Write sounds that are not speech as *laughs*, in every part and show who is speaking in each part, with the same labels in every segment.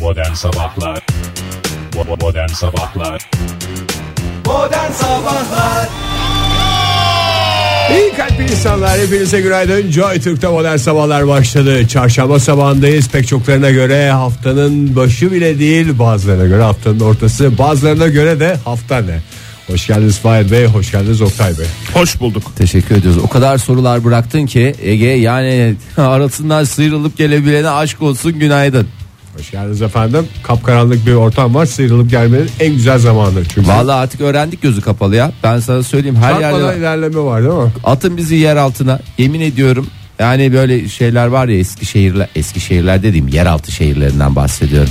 Speaker 1: Modern Sabahlar Bo- Modern Sabahlar
Speaker 2: Modern Sabahlar
Speaker 3: İyi kalpli insanlar hepinize günaydın Joy Türk'te modern sabahlar başladı Çarşamba sabahındayız pek çoklarına göre Haftanın başı bile değil Bazılarına göre haftanın ortası Bazılarına göre de hafta ne Hoş geldiniz Fahir Bey, hoş geldiniz Oktay Bey.
Speaker 1: Hoş bulduk
Speaker 4: Teşekkür ediyoruz. O kadar sorular bıraktın ki Ege yani *laughs* arasından sıyrılıp gelebilene aşk olsun günaydın.
Speaker 3: Hoş geldiniz efendim. Kapkaranlık bir ortam var. Sıyrılıp gelmenin en güzel zamanı. Çünkü
Speaker 4: Vallahi artık öğrendik gözü kapalı ya. Ben sana söyleyeyim her
Speaker 3: Bakmadan
Speaker 4: yerde
Speaker 3: ilerleme var değil mi?
Speaker 4: atın bizi yer altına. Yemin ediyorum yani böyle şeyler var ya eski şehirler eski şehirler dediğim yeraltı şehirlerinden bahsediyorum.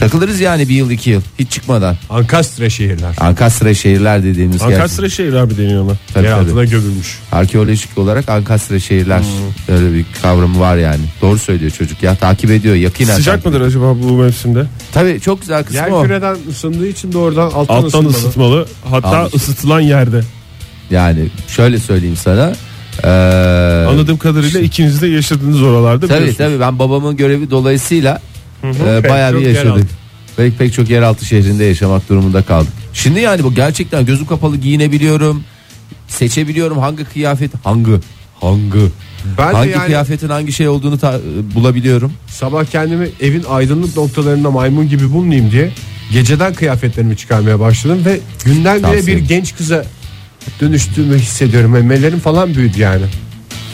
Speaker 4: Takılırız yani bir yıl iki yıl hiç çıkmadan.
Speaker 3: Ankastre şehirler.
Speaker 4: Ankastre şehirler dediğimiz gerçekten-
Speaker 1: Ankastra şehir abi deniyor ona
Speaker 4: Tabii,
Speaker 3: Yer
Speaker 4: tabii.
Speaker 3: altına gömülmüş.
Speaker 4: Arkeolojik olarak Ankastre şehirler öyle bir kavramı var yani. Doğru söylüyor çocuk ya takip ediyor yakinen.
Speaker 5: Sıcak
Speaker 4: takip-
Speaker 5: mıdır acaba bu mevsimde?
Speaker 4: Tabii çok güzel kısmı
Speaker 3: Yer
Speaker 4: o.
Speaker 3: küreden ısındığı için doğrudan alttan,
Speaker 5: Alttan
Speaker 3: ısınmalı.
Speaker 5: ısıtmalı. Hatta
Speaker 4: Almış.
Speaker 5: ısıtılan yerde.
Speaker 4: Yani şöyle söyleyeyim sana. Ee,
Speaker 5: Anladığım kadarıyla ikiniz de yaşadınız oralarda.
Speaker 4: tabii
Speaker 5: biliyorsunuz.
Speaker 4: tabii ben babamın görevi dolayısıyla e, bayağı
Speaker 3: Pek
Speaker 4: bir
Speaker 3: çok yeraltı.
Speaker 4: yaşadık. Pek pek çok yeraltı şehrinde yaşamak durumunda kaldık. Şimdi yani bu gerçekten gözüm kapalı giyinebiliyorum. Seçebiliyorum hangi kıyafet hangi hangi
Speaker 3: Ben de
Speaker 4: hangi
Speaker 3: yani
Speaker 4: kıyafetin hangi şey olduğunu ta- bulabiliyorum.
Speaker 3: Sabah kendimi evin aydınlık noktalarında maymun gibi bulmayayım diye geceden kıyafetlerimi çıkarmaya başladım ve günden bire
Speaker 4: Tavsiye.
Speaker 3: bir genç kıza dönüştüğümü hissediyorum. Memelerim falan büyüdü yani.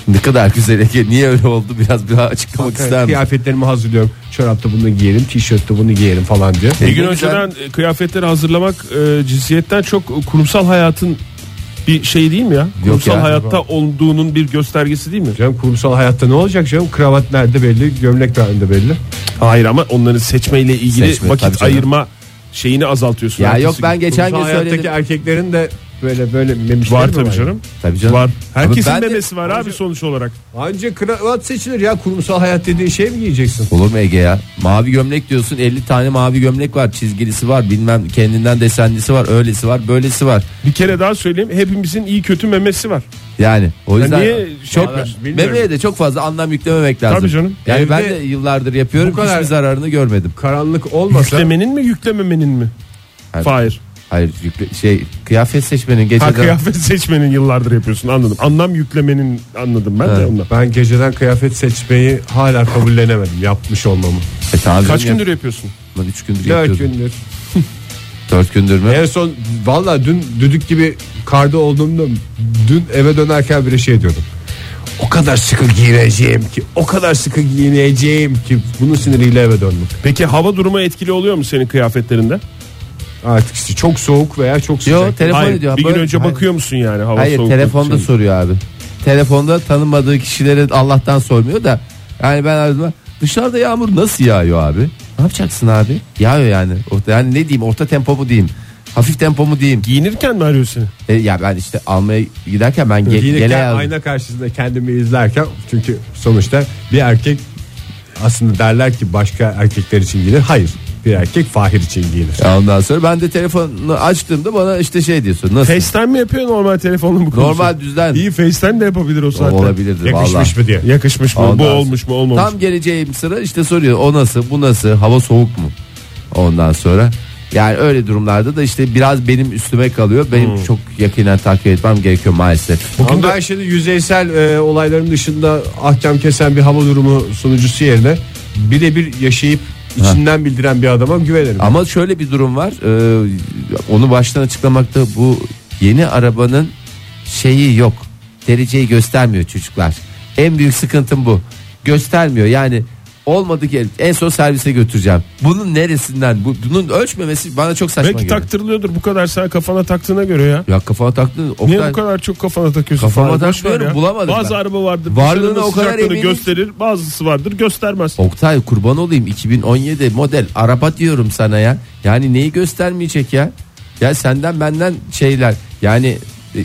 Speaker 4: Ne kadar güzel Ege niye öyle oldu biraz daha açıklamak ister misin?
Speaker 3: Kıyafetlerimi hazırlıyorum. Çorapta bunu giyelim, tişörtte bunu giyelim falan diye.
Speaker 5: Bir gün
Speaker 4: Ne güzel.
Speaker 5: önceden e, kıyafetleri hazırlamak e, cinsiyetten çok kurumsal hayatın bir şey değil mi ya? Kurumsal
Speaker 4: ya.
Speaker 5: hayatta olduğunun bir göstergesi değil mi?
Speaker 3: Canım kurumsal hayatta ne olacak canım? Kravat nerede belli, gömlek nerede belli.
Speaker 5: Hayır ama onların seçmeyle ilgili
Speaker 4: Seçme, tabii
Speaker 5: vakit
Speaker 4: canım.
Speaker 5: ayırma şeyini azaltıyorsun.
Speaker 4: Ya
Speaker 5: Ertesi
Speaker 4: yok ben
Speaker 5: gün.
Speaker 4: geçen gün
Speaker 3: kurumsal hayattaki
Speaker 4: söyledim.
Speaker 3: erkeklerin de böyle böyle memişleri
Speaker 5: var
Speaker 3: mi
Speaker 5: tabii canım.
Speaker 4: Tabii canım.
Speaker 5: Var. Herkesin
Speaker 4: ben de-
Speaker 5: memesi var abi sonuç olarak.
Speaker 3: Anca kravat seçilir ya kurumsal hayat dediğin şey mi giyeceksin?
Speaker 4: Olur mu Ege ya? Mavi gömlek diyorsun 50 tane mavi gömlek var çizgilisi var bilmem kendinden desenlisi var öylesi var böylesi var.
Speaker 5: Bir kere daha söyleyeyim hepimizin iyi kötü memesi var.
Speaker 4: Yani o yüzden
Speaker 5: niye şey
Speaker 4: çok
Speaker 5: yapıyorsun bilmiyorum.
Speaker 4: memeye de çok fazla anlam yüklememek lazım.
Speaker 5: Tabii canım.
Speaker 4: Yani
Speaker 3: Evde
Speaker 4: ben de yıllardır yapıyorum
Speaker 3: bu kadar-
Speaker 4: hiçbir zararını görmedim.
Speaker 3: Karanlık olmasa
Speaker 5: Yüklemenin mi yüklememenin mi?
Speaker 4: Hayır.
Speaker 5: Hayır.
Speaker 4: Hayır yükle- şey kıyafet seçmenin
Speaker 5: Ha
Speaker 4: geceden
Speaker 5: kıyafet seçmenin yıllardır yapıyorsun anladım. Anlam yüklemenin anladım ben de
Speaker 4: Evet.
Speaker 5: ondan.
Speaker 3: Ben geceden kıyafet seçmeyi hala kabullenemedim yapmış olmamı.
Speaker 4: E, tamam
Speaker 5: Kaç
Speaker 4: canım,
Speaker 5: gündür yapıyorsun?
Speaker 4: yapmadım, üç gündür
Speaker 3: Dört
Speaker 4: yapıyordum.
Speaker 3: gündür.
Speaker 4: Dört gündür mü?
Speaker 3: En son valla dün düdük gibi karda olduğumda dün eve dönerken bir şey diyordum. O kadar sıkı giyineceğim ki o kadar sıkı giyineceğim ki bunun siniriyle eve döndüm.
Speaker 5: Peki hava durumu etkili oluyor mu senin kıyafetlerinde?
Speaker 3: Artık işte çok soğuk veya çok sıcak.
Speaker 4: Yo, telefon
Speaker 5: Hayır.
Speaker 4: ediyor.
Speaker 5: bir gün
Speaker 4: Böyle-
Speaker 5: önce
Speaker 4: Hayır.
Speaker 5: bakıyor musun yani hava
Speaker 4: Hayır
Speaker 5: soğuk
Speaker 4: telefonda
Speaker 5: için?
Speaker 4: soruyor abi. Telefonda tanınmadığı kişileri Allah'tan sormuyor da yani ben arada dışarıda yağmur nasıl yağıyor abi? Ne yapacaksın abi? Yağıyor yani. Orta- Yani ne diyeyim orta tempo mu diyeyim? Hafif tempo mu diyeyim?
Speaker 5: Giyinirken mi arıyor seni?
Speaker 4: E, ya ben işte almaya giderken ben ge-
Speaker 3: Giyinirken
Speaker 4: gene yazdım.
Speaker 3: ayna karşısında kendimi izlerken çünkü sonuçta bir erkek aslında derler ki başka erkekler için giyinir. Hayır bir erkek Fahir için giyinir.
Speaker 4: Ya Ondan sonra ben de telefonu açtığımda bana işte şey diyorsun. Nasıl?
Speaker 5: FaceTime mi yapıyor normal telefonla mı konuşuyor?
Speaker 4: Normal düzden
Speaker 5: İyi FaceTime de yapabilir o saatte.
Speaker 4: olabilirdi
Speaker 3: Yakışmış
Speaker 4: valla.
Speaker 3: mı diye.
Speaker 5: Yakışmış mı?
Speaker 4: Ondan
Speaker 5: Bu
Speaker 4: sonra-
Speaker 5: olmuş mu olmamış mı?
Speaker 4: Tam geleceğim sıra işte soruyor o nasıl bu nasıl hava soğuk mu ondan sonra yani öyle durumlarda da işte biraz benim üstüme kalıyor benim çok yakinen takip etmem gerekiyor maalesef.
Speaker 3: Bugün ben şimdi yüzeysel e, olayların dışında ahkam kesen bir hava durumu sunucusu yerine birebir yaşayıp içinden bildiren bir adama güvenirim.
Speaker 4: Ama şöyle bir durum var ee, onu baştan açıklamakta bu yeni arabanın şeyi yok dereceyi göstermiyor çocuklar en büyük sıkıntım bu göstermiyor yani olmadı ki en son servise götüreceğim bunun neresinden bu, bunun ölçmemesi bana çok saçma
Speaker 5: Belki
Speaker 4: geliyor.
Speaker 5: taktırılıyordur bu kadar sen kafana taktığına göre ya.
Speaker 4: Ya kafana taktın.
Speaker 5: Niye
Speaker 4: Oktay,
Speaker 5: bu kadar çok kafana takıyorsun?
Speaker 4: Kafama
Speaker 5: Fahir? Boş ver
Speaker 4: takmıyorum,
Speaker 5: ya.
Speaker 4: bulamadım
Speaker 5: Bazı
Speaker 4: ben.
Speaker 5: araba vardır.
Speaker 4: Varlığına
Speaker 5: dışarıda
Speaker 4: o kadar
Speaker 5: sıcaklığını
Speaker 4: eminim.
Speaker 5: gösterir bazısı vardır göstermez.
Speaker 4: Oktay kurban olayım 2017 model araba diyorum sana ya. Yani neyi göstermeyecek ya? Ya senden benden şeyler yani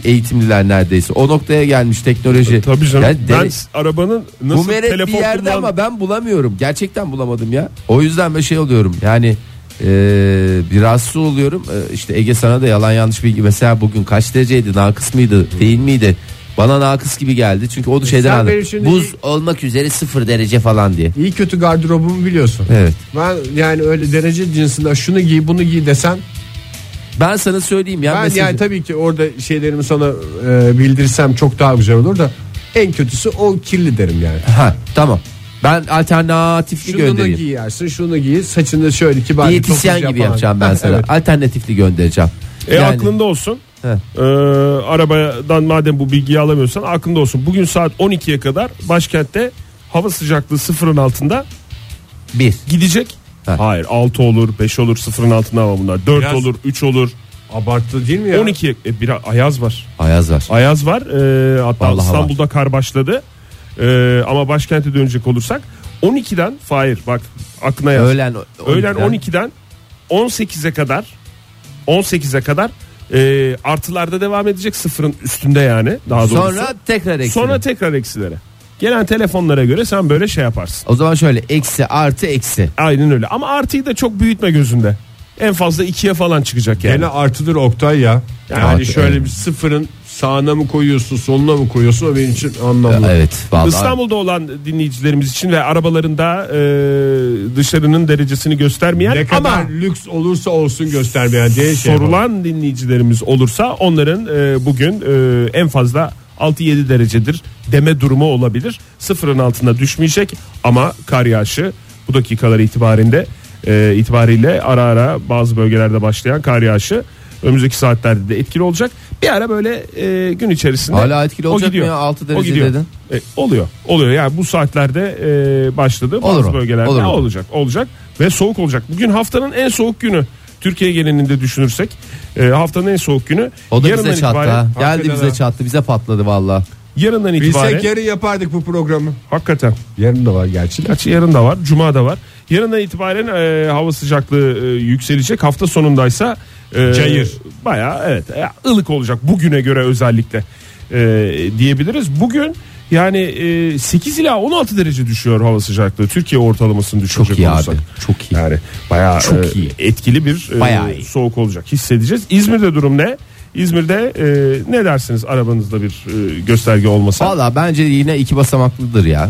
Speaker 4: eğitimliler neredeyse o noktaya gelmiş teknoloji.
Speaker 5: E, Tabii canım.
Speaker 4: Yani dere-
Speaker 5: ben s- arabanın
Speaker 4: bu
Speaker 5: nasıl
Speaker 4: meret bir
Speaker 5: telefon
Speaker 4: yerde
Speaker 5: kullan-
Speaker 4: ama ben bulamıyorum. Gerçekten bulamadım ya. O yüzden ben şey oluyorum yani e, bir rahatsız oluyorum. E, işte Ege sana da yalan yanlış bilgi. Mesela bugün kaç dereceydi? Nakıs mıydı? Değil miydi? Bana nakıs gibi geldi çünkü o şeyden
Speaker 3: sen
Speaker 4: aldım.
Speaker 3: benim şimdi-
Speaker 4: Buz olmak üzere sıfır derece falan diye.
Speaker 3: İyi kötü gardırobumu biliyorsun.
Speaker 4: Evet.
Speaker 3: Ben yani öyle derece cinsinden şunu giy bunu giy desen
Speaker 4: Ben sana söyleyeyim ya.
Speaker 3: ben
Speaker 4: mesajı-
Speaker 3: yani tabii ki orada şeylerimi sana e, bildirsem çok daha güzel olur da en kötüsü o kirli derim yani.
Speaker 4: Ha, tamam. Ben alternatifli
Speaker 3: Şunu
Speaker 4: göndereyim.
Speaker 3: giyersin şunu giy saçını şöyle ki bari
Speaker 4: Diyetisyen
Speaker 3: topuz
Speaker 4: gibi
Speaker 3: yapar. *laughs*
Speaker 4: yapacağım ben
Speaker 3: Ha,
Speaker 4: sana.
Speaker 3: evet.
Speaker 4: Alternatifli göndereceğim.
Speaker 5: E aklında olsun.
Speaker 4: Heh.
Speaker 5: Ee, arabadan madem bu bilgiyi alamıyorsan aklında olsun. Bugün saat 12'ye kadar başkentte hava sıcaklığı sıfırın altında
Speaker 4: bir.
Speaker 5: gidecek.
Speaker 4: Ha.
Speaker 5: Hayır 6 olur 5 olur sıfırın altında ama bunlar 4
Speaker 3: Biraz-
Speaker 5: olur 3 olur
Speaker 3: Abarttı değil mi ya?
Speaker 5: 12 e, bir ayaz var.
Speaker 4: Ayaz var.
Speaker 5: Ayaz var. Ee, hatta
Speaker 4: Vallahi
Speaker 5: İstanbul'da kar başladı. Ee, ama başkente dönecek olursak 12'den Fahir bak aklına yaz.
Speaker 4: Öğlen,
Speaker 5: Öğlen 12'den 18'e kadar 18'e kadar e, artılarda devam edecek sıfırın üstünde yani daha doğrusu.
Speaker 4: Sonra tekrar eksi.
Speaker 5: Sonra tekrar eksilere. Gelen telefonlara göre sen böyle şey yaparsın.
Speaker 4: o zaman şöyle eksi artı eksi.
Speaker 5: Aynen öyle ama artıyı da çok büyütme gözünde. En fazla 2'ye falan çıkacak yani.
Speaker 3: Gene artıdır Oktay ya. Yani
Speaker 4: Artı,
Speaker 3: şöyle
Speaker 4: evet.
Speaker 3: bir sıfırın sağına mı koyuyorsun soluna mı koyuyorsun o benim için anlamlı.
Speaker 4: Evet vallahi.
Speaker 5: İstanbul'da olan dinleyicilerimiz için ve arabalarında e, dışarının derecesini göstermeyen
Speaker 3: Ne kadar
Speaker 5: ama
Speaker 3: lüks olursa olsun göstermeyen diye şey var.
Speaker 5: sorulan dinleyicilerimiz olursa onların e, bugün e, en fazla 6-7 derecedir deme durumu olabilir. Sıfırın altında düşmeyecek ama kar yağışı bu dakikalar itibarinde e, itibariyle ara ara bazı bölgelerde başlayan kar yağışı önümüzdeki saatlerde de etkili olacak. Bir ara böyle e, gün içerisinde
Speaker 4: Hala etkili
Speaker 5: o
Speaker 4: olacak mı
Speaker 5: gidiyor.
Speaker 4: ya 6
Speaker 5: O
Speaker 4: derece
Speaker 5: gidiyor.
Speaker 4: dedin.
Speaker 5: E, oluyor. Oluyor. Yani bu saatlerde e, başladı. Bazı
Speaker 4: Olur o,
Speaker 5: bölgelerde
Speaker 4: olur o.
Speaker 5: olacak. Olacak ve soğuk olacak. Bugün haftanın en soğuk günü. Türkiye genelinde düşünürsek e, haftanın en soğuk günü.
Speaker 4: O da
Speaker 5: Yarından
Speaker 4: bize çattı.
Speaker 5: itibaren-
Speaker 4: ha. Geldi
Speaker 3: Hakikaten
Speaker 4: bize
Speaker 3: ha.
Speaker 4: çattı. Bize patladı valla.
Speaker 5: Yarından itibaren.
Speaker 3: Bilsek yarın yapardık bu programı.
Speaker 5: hakikaten.
Speaker 3: Yarın da var gerçi de.
Speaker 5: Gerçi yarın da var. Cuma da var. Yarından itibaren e, hava sıcaklığı e, yükselecek. Hafta sonundaysa e,
Speaker 3: Cayır.
Speaker 5: Bayağı evet. e, ılık olacak bugüne göre özellikle e, diyebiliriz. Bugün yani e, 8 ila 16 derece düşüyor hava sıcaklığı. Türkiye ortalamasını düşürecek
Speaker 4: Çok iyi
Speaker 5: olursak.
Speaker 4: abi. Çok iyi.
Speaker 5: Yani bayağı
Speaker 4: Çok
Speaker 5: e,
Speaker 4: iyi.
Speaker 5: etkili bir e,
Speaker 4: Bayağı iyi.
Speaker 5: soğuk olacak hissedeceğiz. İzmir'de durum ne? İzmir'de e, ne dersiniz arabanızda bir e, gösterge olmasa?
Speaker 4: Valla bence yine iki basamaklıdır ya.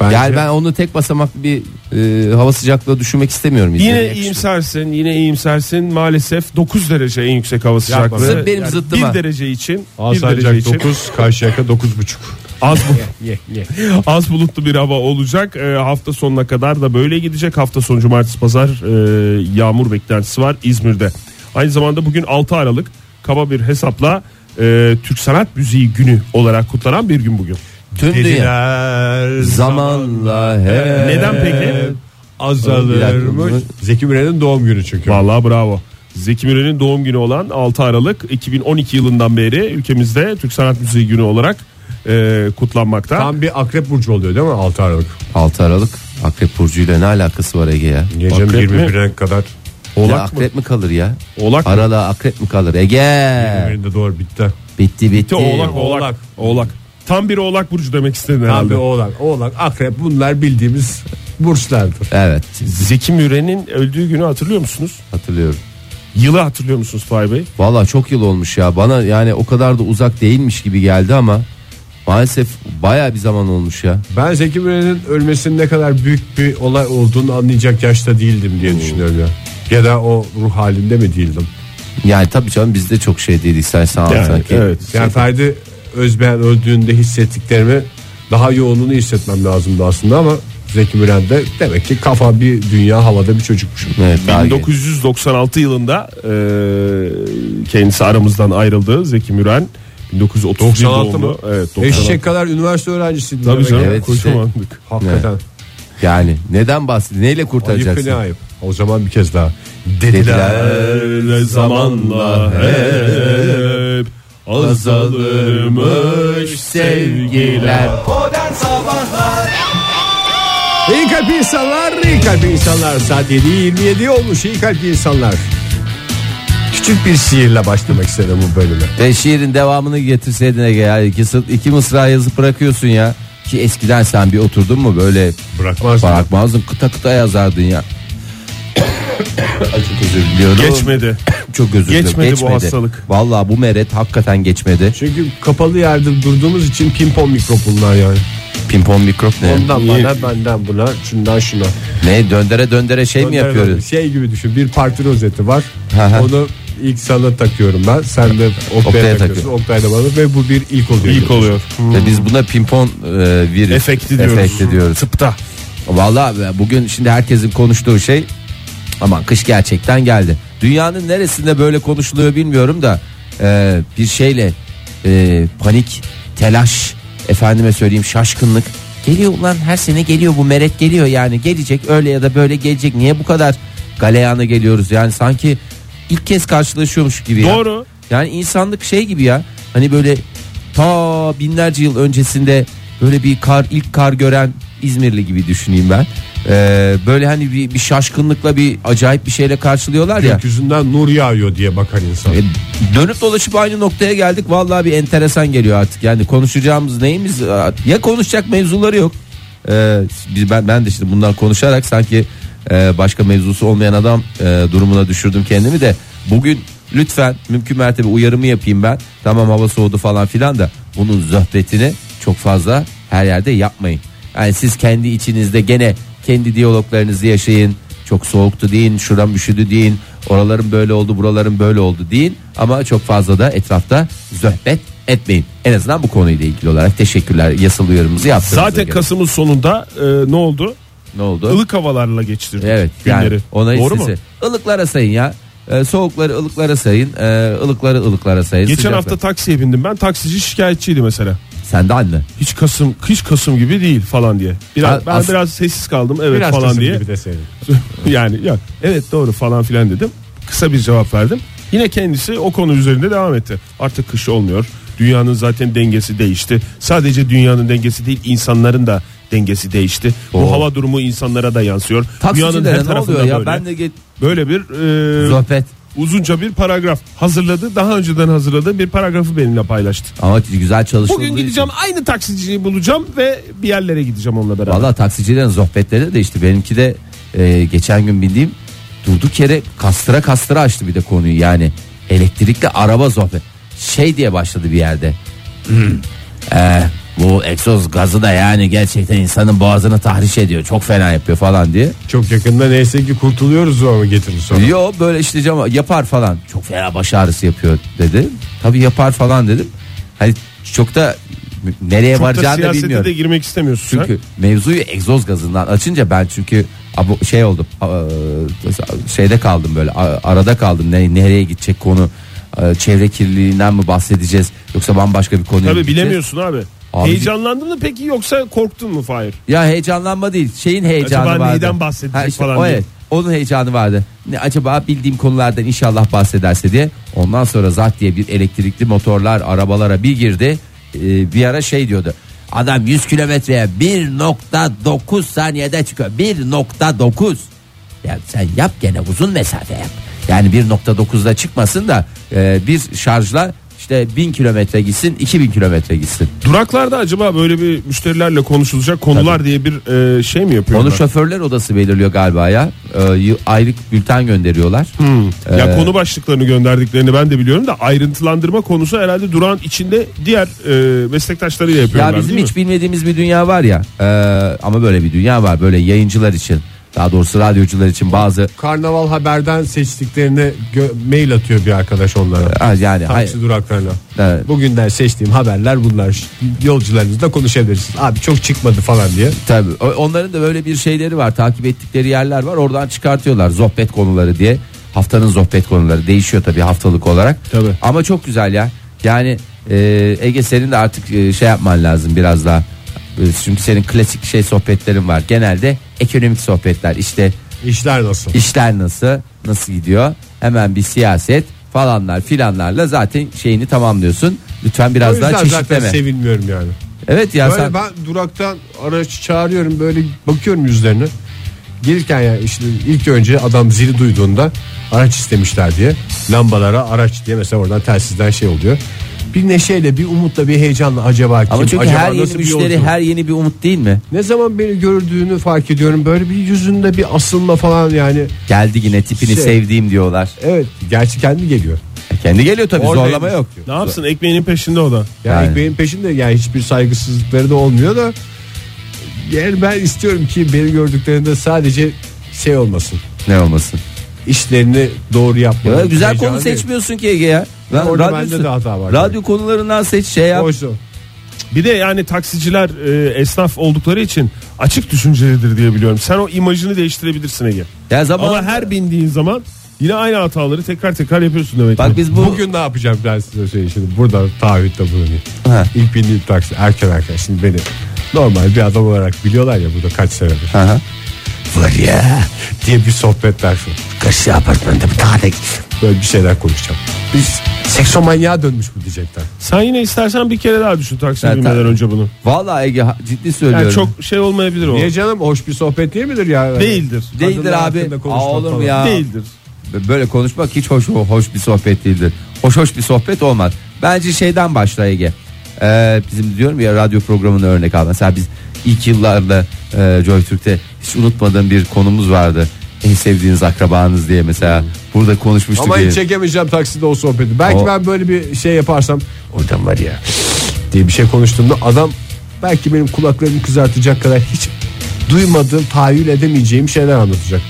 Speaker 3: Bence
Speaker 4: yani ben onu tek basamaklı bir e, hava sıcaklığı düşünmek istemiyorum. izlemek
Speaker 5: Yine
Speaker 4: için.
Speaker 5: iyimsersin, yine iyimsersin. Maalesef 9 derece en yüksek hava sıcaklığı.
Speaker 4: Zıt benim zıttıma.
Speaker 5: 1 derece için, 1 derece
Speaker 3: Alsancak
Speaker 5: için
Speaker 3: 9, Karşıyaka 9,5.
Speaker 5: az bu- *laughs* az bulutlu bir hava olacak. Ee, hafta sonuna kadar da böyle gidecek. Hafta sonu cumartesi pazar e, yağmur beklentisi var İzmir'de. Aynı zamanda bugün 6 Aralık kaba bir hesapla e, Türk Sanat Müziği Günü olarak kutlanan bir gün bugün.
Speaker 4: Tüm dünya
Speaker 3: Dediler
Speaker 4: zamanla
Speaker 3: Ee,
Speaker 4: hep.
Speaker 5: Neden peki?
Speaker 4: Bir
Speaker 3: azalırmış.
Speaker 4: dakika.
Speaker 3: Zeki Müren'in doğum günü çünkü.
Speaker 5: Vallahi bravo. Zeki Müren'in doğum günü olan 6 Aralık 2012 yılından beri ülkemizde Türk Sanat Müziği Günü olarak e, kutlanmakta.
Speaker 3: Tam bir akrep burcu oluyor değil mi 6 Aralık?
Speaker 4: 6 Aralık Akrep Burcu ile ne alakası var Ege ya?
Speaker 3: Gecenin
Speaker 5: Akrep mi?
Speaker 3: 21'e kadar.
Speaker 4: Ya
Speaker 5: Oğlak mı?
Speaker 4: akrep mi kalır ya?
Speaker 5: Oğlak mı?
Speaker 4: Aralığa akrep mi kalır? Ege.
Speaker 3: Benim de doğru bitti.
Speaker 4: Bitti bitti.
Speaker 5: Bitti, oğlak, oğlak,
Speaker 3: Oğlak.
Speaker 5: oğlak. Tam bir oğlak burcu demek istedin
Speaker 3: Tam bir
Speaker 5: herhalde.
Speaker 3: oğlak, oğlak, akrep bunlar bildiğimiz burçlardır.
Speaker 4: Evet
Speaker 5: Zeki Müren'in öldüğü günü hatırlıyor musunuz?
Speaker 4: hatırlıyorum.
Speaker 5: Yılı hatırlıyor musunuz Fahir Bey?
Speaker 4: Valla çok yıl olmuş ya. Bana yani o kadar da uzak değilmiş gibi geldi ama maalesef baya bir zaman olmuş ya.
Speaker 3: Ben Zeki Müren'in ölmesinin ne kadar büyük bir olay olduğunu anlayacak yaşta değildim diye düşünüyorum ya. Ya da o ruh halinde mi değildim?
Speaker 4: Yani tabii canım bizde çok şey değildik sen sen
Speaker 5: Yani,
Speaker 4: sanki.
Speaker 5: evet.
Speaker 3: Yani Ferdi Özbeğen öldüğünde hissettiklerimi daha yoğunluğunu hissetmem lazımdı aslında ama Zeki Müren de demek ki kafa bir dünya havada bir çocukmuşum.
Speaker 4: Evet, daha iyi.
Speaker 5: 1996 yılında e, kendisi aramızdan ayrıldı Zeki Müren. 1931
Speaker 3: 96 mı?
Speaker 5: doğumlu. Evet, 96.
Speaker 3: Eşek kadar üniversite öğrencisiydim.
Speaker 5: Tabii
Speaker 3: demek
Speaker 5: canım.
Speaker 3: ki.
Speaker 4: Evet,
Speaker 5: kocamandık.
Speaker 3: Hakikaten.
Speaker 4: Yani neden bahsediyorsun? Neyle
Speaker 3: Ayıp
Speaker 4: kurtaracaksın?
Speaker 3: ne ayıp. O zaman bir kez daha.
Speaker 4: Dediler.
Speaker 5: Öyle zamanla hep azalırmış sevgiler.
Speaker 2: Modern Sabahlar
Speaker 3: İyi kalp insanlar, iyi kalp insanlar. Saat 7.27 olmuş iyi kalp insanlar. Küçük bir sihirle başlamak istedim bu bölüme.
Speaker 4: Ve şiirin devamını getirseydin Ege ya. İki, sı- iki mısra yazıp bırakıyorsun ya. Ki eskiden sen bir oturdun mu böyle
Speaker 3: Bırakmazdım.
Speaker 4: *coughs* bırakmazdın kıta kıta yazardın ya. Çok özür diliyorum.
Speaker 5: Geçmedi.
Speaker 4: *coughs* Çok özür dilerim.
Speaker 5: Geçmedi bu hastalık.
Speaker 4: Vallahi bu meret hakikaten geçmedi.
Speaker 3: Çünkü kapalı yerde durduğumuz için pimpon mikrop bunlar yani.
Speaker 4: Pimpon mikrop ne?
Speaker 3: Ondan
Speaker 5: Niye?
Speaker 3: bana benden buna şundan şuna.
Speaker 4: Ne döndere döndere şey mi yapıyoruz?
Speaker 3: Şey gibi düşün bir parti rozeti var.
Speaker 4: Hı hı.
Speaker 3: Onu ilk sana takıyorum ben. Sen de Oktay'a,
Speaker 4: Oktay'a
Speaker 3: takıyorsun.
Speaker 4: takıyorum.
Speaker 3: Oktay da bana ve bu bir ilk oluyor.
Speaker 5: İlk oluyor.
Speaker 4: Ve biz buna pimpon e, virüs
Speaker 5: Hmm. Efekti diyoruz.
Speaker 4: efekti diyoruz.
Speaker 5: Tıpta.
Speaker 4: Vallahi bugün şimdi herkesin konuştuğu şey aman kış gerçekten geldi. Dünyanın neresinde böyle konuşuluyor bilmiyorum da e, bir şeyle e, panik, telaş, efendime söyleyeyim şaşkınlık geliyor ulan her sene geliyor bu meret geliyor yani gelecek öyle ya da böyle gelecek. Niye bu kadar galeyana geliyoruz yani sanki ilk kez karşılaşıyormuş gibi. ya.
Speaker 5: Doğru.
Speaker 4: Yani insanlık şey gibi ya. Hani böyle ta binlerce yıl öncesinde böyle bir kar ilk kar gören İzmirli gibi düşüneyim ben. Ee, böyle hani bir, bir şaşkınlıkla bir acayip bir şeyle karşılıyorlar ya.
Speaker 3: Gökyüzünden nur yağıyor diye bakar insan.
Speaker 4: E, dönüp dolaşıp aynı noktaya geldik. Vallahi bir enteresan geliyor artık. Yani konuşacağımız neyimiz ya konuşacak mevzuları yok. Ee, biz ben ben de işte bundan konuşarak sanki e, başka mevzusu olmayan adam e, durumuna düşürdüm kendimi de. Bugün lütfen mümkün mertebe uyarımı yapayım ben. Tamam hava soğudu falan filan da bunun zöhbetini çok fazla her yerde yapmayın. Yani siz kendi içinizde gene kendi diyaloglarınızı yaşayın çok soğuktu deyin şuram üşüdü deyin oraların böyle oldu buraların böyle oldu deyin ama çok fazla da etrafta zöhbet etmeyin en azından bu konuyla ilgili olarak teşekkürler yasal uyarımızı yaptığımıza
Speaker 5: Zaten
Speaker 4: göre.
Speaker 5: Kasım'ın sonunda e, ne oldu?
Speaker 4: ne oldu
Speaker 5: Ilık havalarla geçtirdik
Speaker 4: evet
Speaker 5: günleri.
Speaker 4: yani ona
Speaker 5: Doğru mu?
Speaker 4: istese- ılıklara sayın ya Ee, soğukları ılıklara sayın ee, ılıkları ılıklara sayın
Speaker 5: Geçen
Speaker 4: Sıcakları-
Speaker 5: hafta taksiye bindim ben taksici şikayetçiydi mesela.
Speaker 4: sen de anne
Speaker 5: Hiç Kasım hiç Kasım gibi değil falan diye.
Speaker 4: Ha,
Speaker 5: Biraz, ben
Speaker 4: as-
Speaker 5: biraz sessiz kaldım evet
Speaker 3: Biraz
Speaker 5: falan
Speaker 3: Kasım
Speaker 5: diye.
Speaker 3: gibi deseydin.
Speaker 5: yani ya evet doğru falan filan dedim. Kısa bir cevap verdim. Yine kendisi o konu üzerinde devam etti. Artık kış olmuyor. Dünyanın zaten dengesi değişti. Sadece dünyanın dengesi değil insanların da dengesi değişti.
Speaker 4: Oo.
Speaker 5: Bu hava durumu insanlara da yansıyor. Dünyanın her
Speaker 4: taksicilere ne
Speaker 5: tarafında
Speaker 4: oluyor ya
Speaker 5: böyle.
Speaker 4: ben de git
Speaker 5: Böyle bir e,
Speaker 4: zöhbet
Speaker 5: uzunca bir paragraf hazırladı. Daha önceden hazırladığı bir paragrafı benimle paylaştı.
Speaker 4: ama güzel çalışıldığı
Speaker 5: Bugün
Speaker 4: için-
Speaker 5: gideceğim aynı taksiciyi bulacağım ve bir yerlere gideceğim onunla beraber.
Speaker 4: Valla taksicilerin sohbetleri de değişti. Benimki de e, geçen gün bildiğim durduk yere kastıra kastıra açtı bir de konuyu. Yani elektrikli araba sohbet. Şey diye başladı bir yerde. Hmm, eh, bu egzoz gazı da yani gerçekten insanın boğazını tahriş ediyor. Çok fena yapıyor falan diye.
Speaker 3: Çok yakında neyse ki kurtuluyoruz ama getirir sonra.
Speaker 4: Yo böyle işte cama- yapar falan. Çok fena baş ağrısı yapıyor dedi. Tabii yapar falan dedim. Hani çok da nereye
Speaker 5: Çok da
Speaker 4: varacağını da
Speaker 5: siyasete
Speaker 4: bilmiyorum.
Speaker 5: de girmek istemiyorsun sen.
Speaker 4: Çünkü mevzuyu egzoz gazından açınca ben çünkü abu- şey oldum eee, şeyde kaldım böyle a- arada kaldım ne, nereye gidecek konu eee, çevre kirliliğinden mi bahsedeceğiz yoksa bambaşka bir konuya mı
Speaker 5: Tabii
Speaker 4: gideceğiz?
Speaker 5: bilemiyorsun abi.
Speaker 4: Abi-
Speaker 5: Heyecanlandın mı peki yoksa korktun mu Fahir?
Speaker 4: Ya heyecanlanma değil şeyin heyecanı
Speaker 5: Acaba
Speaker 4: vardı.
Speaker 5: neyden bahsedecek falan
Speaker 4: o,
Speaker 5: diye.
Speaker 4: evet, onun heyecanı vardı. Ne, acaba bildiğim konulardan inşallah bahsederse diye. Ondan sonra zat diye bir elektrikli motorlar arabalara bir girdi. Ee, bir ara şey diyordu. Adam 100 kilometreye 1.9 saniyede çıkıyor. 1.9. Ya sen yap gene uzun mesafe yap. Yani 1.9'da çıkmasın da e, bir şarjla işte 1000 kilometre gitsin 2000 kilometre gitsin.
Speaker 5: Duraklarda acaba böyle bir müşterilerle konuşulacak konular diye bir e, şey mi yapıyorlar?
Speaker 4: Onu şoförler odası belirliyor galiba ya. Ee, y- aylık bülten gönderiyorlar. Ee-
Speaker 5: ya konu başlıklarını gönderdiklerini ben de biliyorum da ayrıntılandırma konusu herhalde durağın içinde diğer e, meslektaşlarıyla yapıyorlar
Speaker 4: Ya bizim
Speaker 5: değil
Speaker 4: hiç
Speaker 5: mi?
Speaker 4: bilmediğimiz bir dünya var ya. Ee, ama böyle bir dünya var böyle yayıncılar için. Daha doğrusu radyocular için bazı
Speaker 3: Karnaval haberden seçtiklerini gö- mail atıyor bir arkadaş onlara.
Speaker 4: Ha, e, yani hayır.
Speaker 3: Taksi duraklarına.
Speaker 4: Evet.
Speaker 3: Bugünden seçtiğim haberler bunlar. Yolcularınızla konuşabilirsiniz. Abi çok çıkmadı falan diye.
Speaker 4: Tabii. O- Onların da böyle bir şeyleri var. Takip ettikleri yerler var. Oradan çıkartıyorlar sohbet konuları diye. Haftanın sohbet konuları değişiyor tabii haftalık olarak.
Speaker 3: Tabii.
Speaker 4: Ama çok güzel ya. Yani e, Ege senin de artık e, şey yapman lazım biraz daha. E, Çünkü senin klasik şey sohbetlerin var. Genelde ekonomik sohbetler. İşte
Speaker 3: İşler nasıl?
Speaker 4: işler nasıl, nasıl gidiyor? Hemen bir siyaset falanlar filanlarla zaten şeyini tamamlıyorsun. Lütfen
Speaker 3: O
Speaker 4: biraz
Speaker 3: yüzden
Speaker 4: daha
Speaker 3: zaten
Speaker 4: çeşitleme.
Speaker 3: sevilmiyorum yani.
Speaker 4: evet ya
Speaker 3: Böyle
Speaker 4: sen
Speaker 3: ben duraktan araç çağırıyorum böyle bakıyorum yüzlerine. Gelirken ya işte ilk önce adam zili duyduğunda araç istemişler diye lambalara araç diye mesela oradan telsizden şey oluyor. bir neşeyle, bir umutla, bir heyecanla acaba kim?
Speaker 4: Ama çünkü
Speaker 3: acaba
Speaker 4: her yeni
Speaker 3: nasıl bir
Speaker 4: müşteri
Speaker 3: yolcu?
Speaker 4: her yeni bir umut değil mi?
Speaker 3: Ne zaman beni gördüğünü fark ediyorum. Böyle bir yüzünde bir asılma falan yani.
Speaker 4: Geldi yine tipini
Speaker 3: Şey-
Speaker 4: sevdiğim diyorlar.
Speaker 3: Evet, gerçi kendi geliyor.
Speaker 4: E, Kendi geliyor tabii
Speaker 3: Oradayım.
Speaker 4: zorlama yok.
Speaker 5: Ne yapsın ekmeğinin peşinde o da.
Speaker 3: Yani,
Speaker 4: Yani.
Speaker 3: ekmeğin peşinde yani hiçbir saygısızlıkları da olmuyor da yani ben istiyorum ki beni gördüklerinde sadece şey olmasın.
Speaker 4: Ne olmasın?
Speaker 3: İşlerini doğru yapmaları.
Speaker 4: Ya, güzel
Speaker 3: heyecanı
Speaker 4: konu
Speaker 3: değil.
Speaker 4: seçmiyorsun ki Ege ya. Lan
Speaker 3: orada
Speaker 4: radyosu-
Speaker 3: bende de hata var.
Speaker 4: Radyo konularından seç şey yap.
Speaker 3: Boş o.
Speaker 5: Bir de yani taksiciler e, esnaf oldukları için açık düşüncelidir diye biliyorum. Sen o imajını değiştirebilirsin Ege.
Speaker 4: Ya zaman
Speaker 5: Ama her bindiğin zaman yine aynı hataları tekrar tekrar yapıyorsun demek
Speaker 4: bak
Speaker 5: ki.
Speaker 4: biz bu
Speaker 3: Bugün ne yapacağım ben size söyleyeyim şimdi. Burada taahhütte bulunayım.
Speaker 4: Ha.
Speaker 3: İlk bindiğim taksi erken erken. Şimdi beni normal bir adam olarak biliyorlar ya burada kaç senedir.
Speaker 4: Aha.
Speaker 3: Var ya diye bir sohbetler şu. Karşı apartmanda bir tane böyle bir şeyler konuşacağım. Biz seksomanyağa dönmüş bu diyecekler.
Speaker 5: Sen yine istersen bir kere daha düşün taksiye
Speaker 4: Zaten-
Speaker 5: binmeden önce bunu.
Speaker 4: Vallahi Ege ha- ciddi
Speaker 5: Yani
Speaker 4: söylüyorum.
Speaker 5: çok şey olmayabilir o.
Speaker 3: Niye canım hoş bir sohbet değil midir ya?
Speaker 5: Değildir.
Speaker 4: Değildir
Speaker 3: Kadınlar
Speaker 4: abi.
Speaker 3: hakkında konuşmak
Speaker 4: Aa, olur mu
Speaker 3: falan.
Speaker 4: ya?
Speaker 5: Değildir.
Speaker 4: Böyle konuşmak hiç hoş hoş bir sohbet değildir. Hoş hoş bir sohbet olmaz. Bence şeyden başla Ege. Ee, bizim diyorum ya radyo programını örnek al. Mesela biz ilk yıllarda e, Joy Türk'te hiç unutmadığım bir konumuz vardı. En sevdiğiniz akrabanız diye mesela burada konuşmuştuk.
Speaker 3: Ama
Speaker 4: diye.
Speaker 3: hiç çekemeyeceğim takside o sohbeti. Belki
Speaker 4: O-
Speaker 3: ben böyle bir şey yaparsam oradan var ya diye bir şey konuştuğumda adam belki benim kulaklarımı kızartacak kadar hiç duymadığım, tahayyül edemeyeceğim şeyler anlatacak.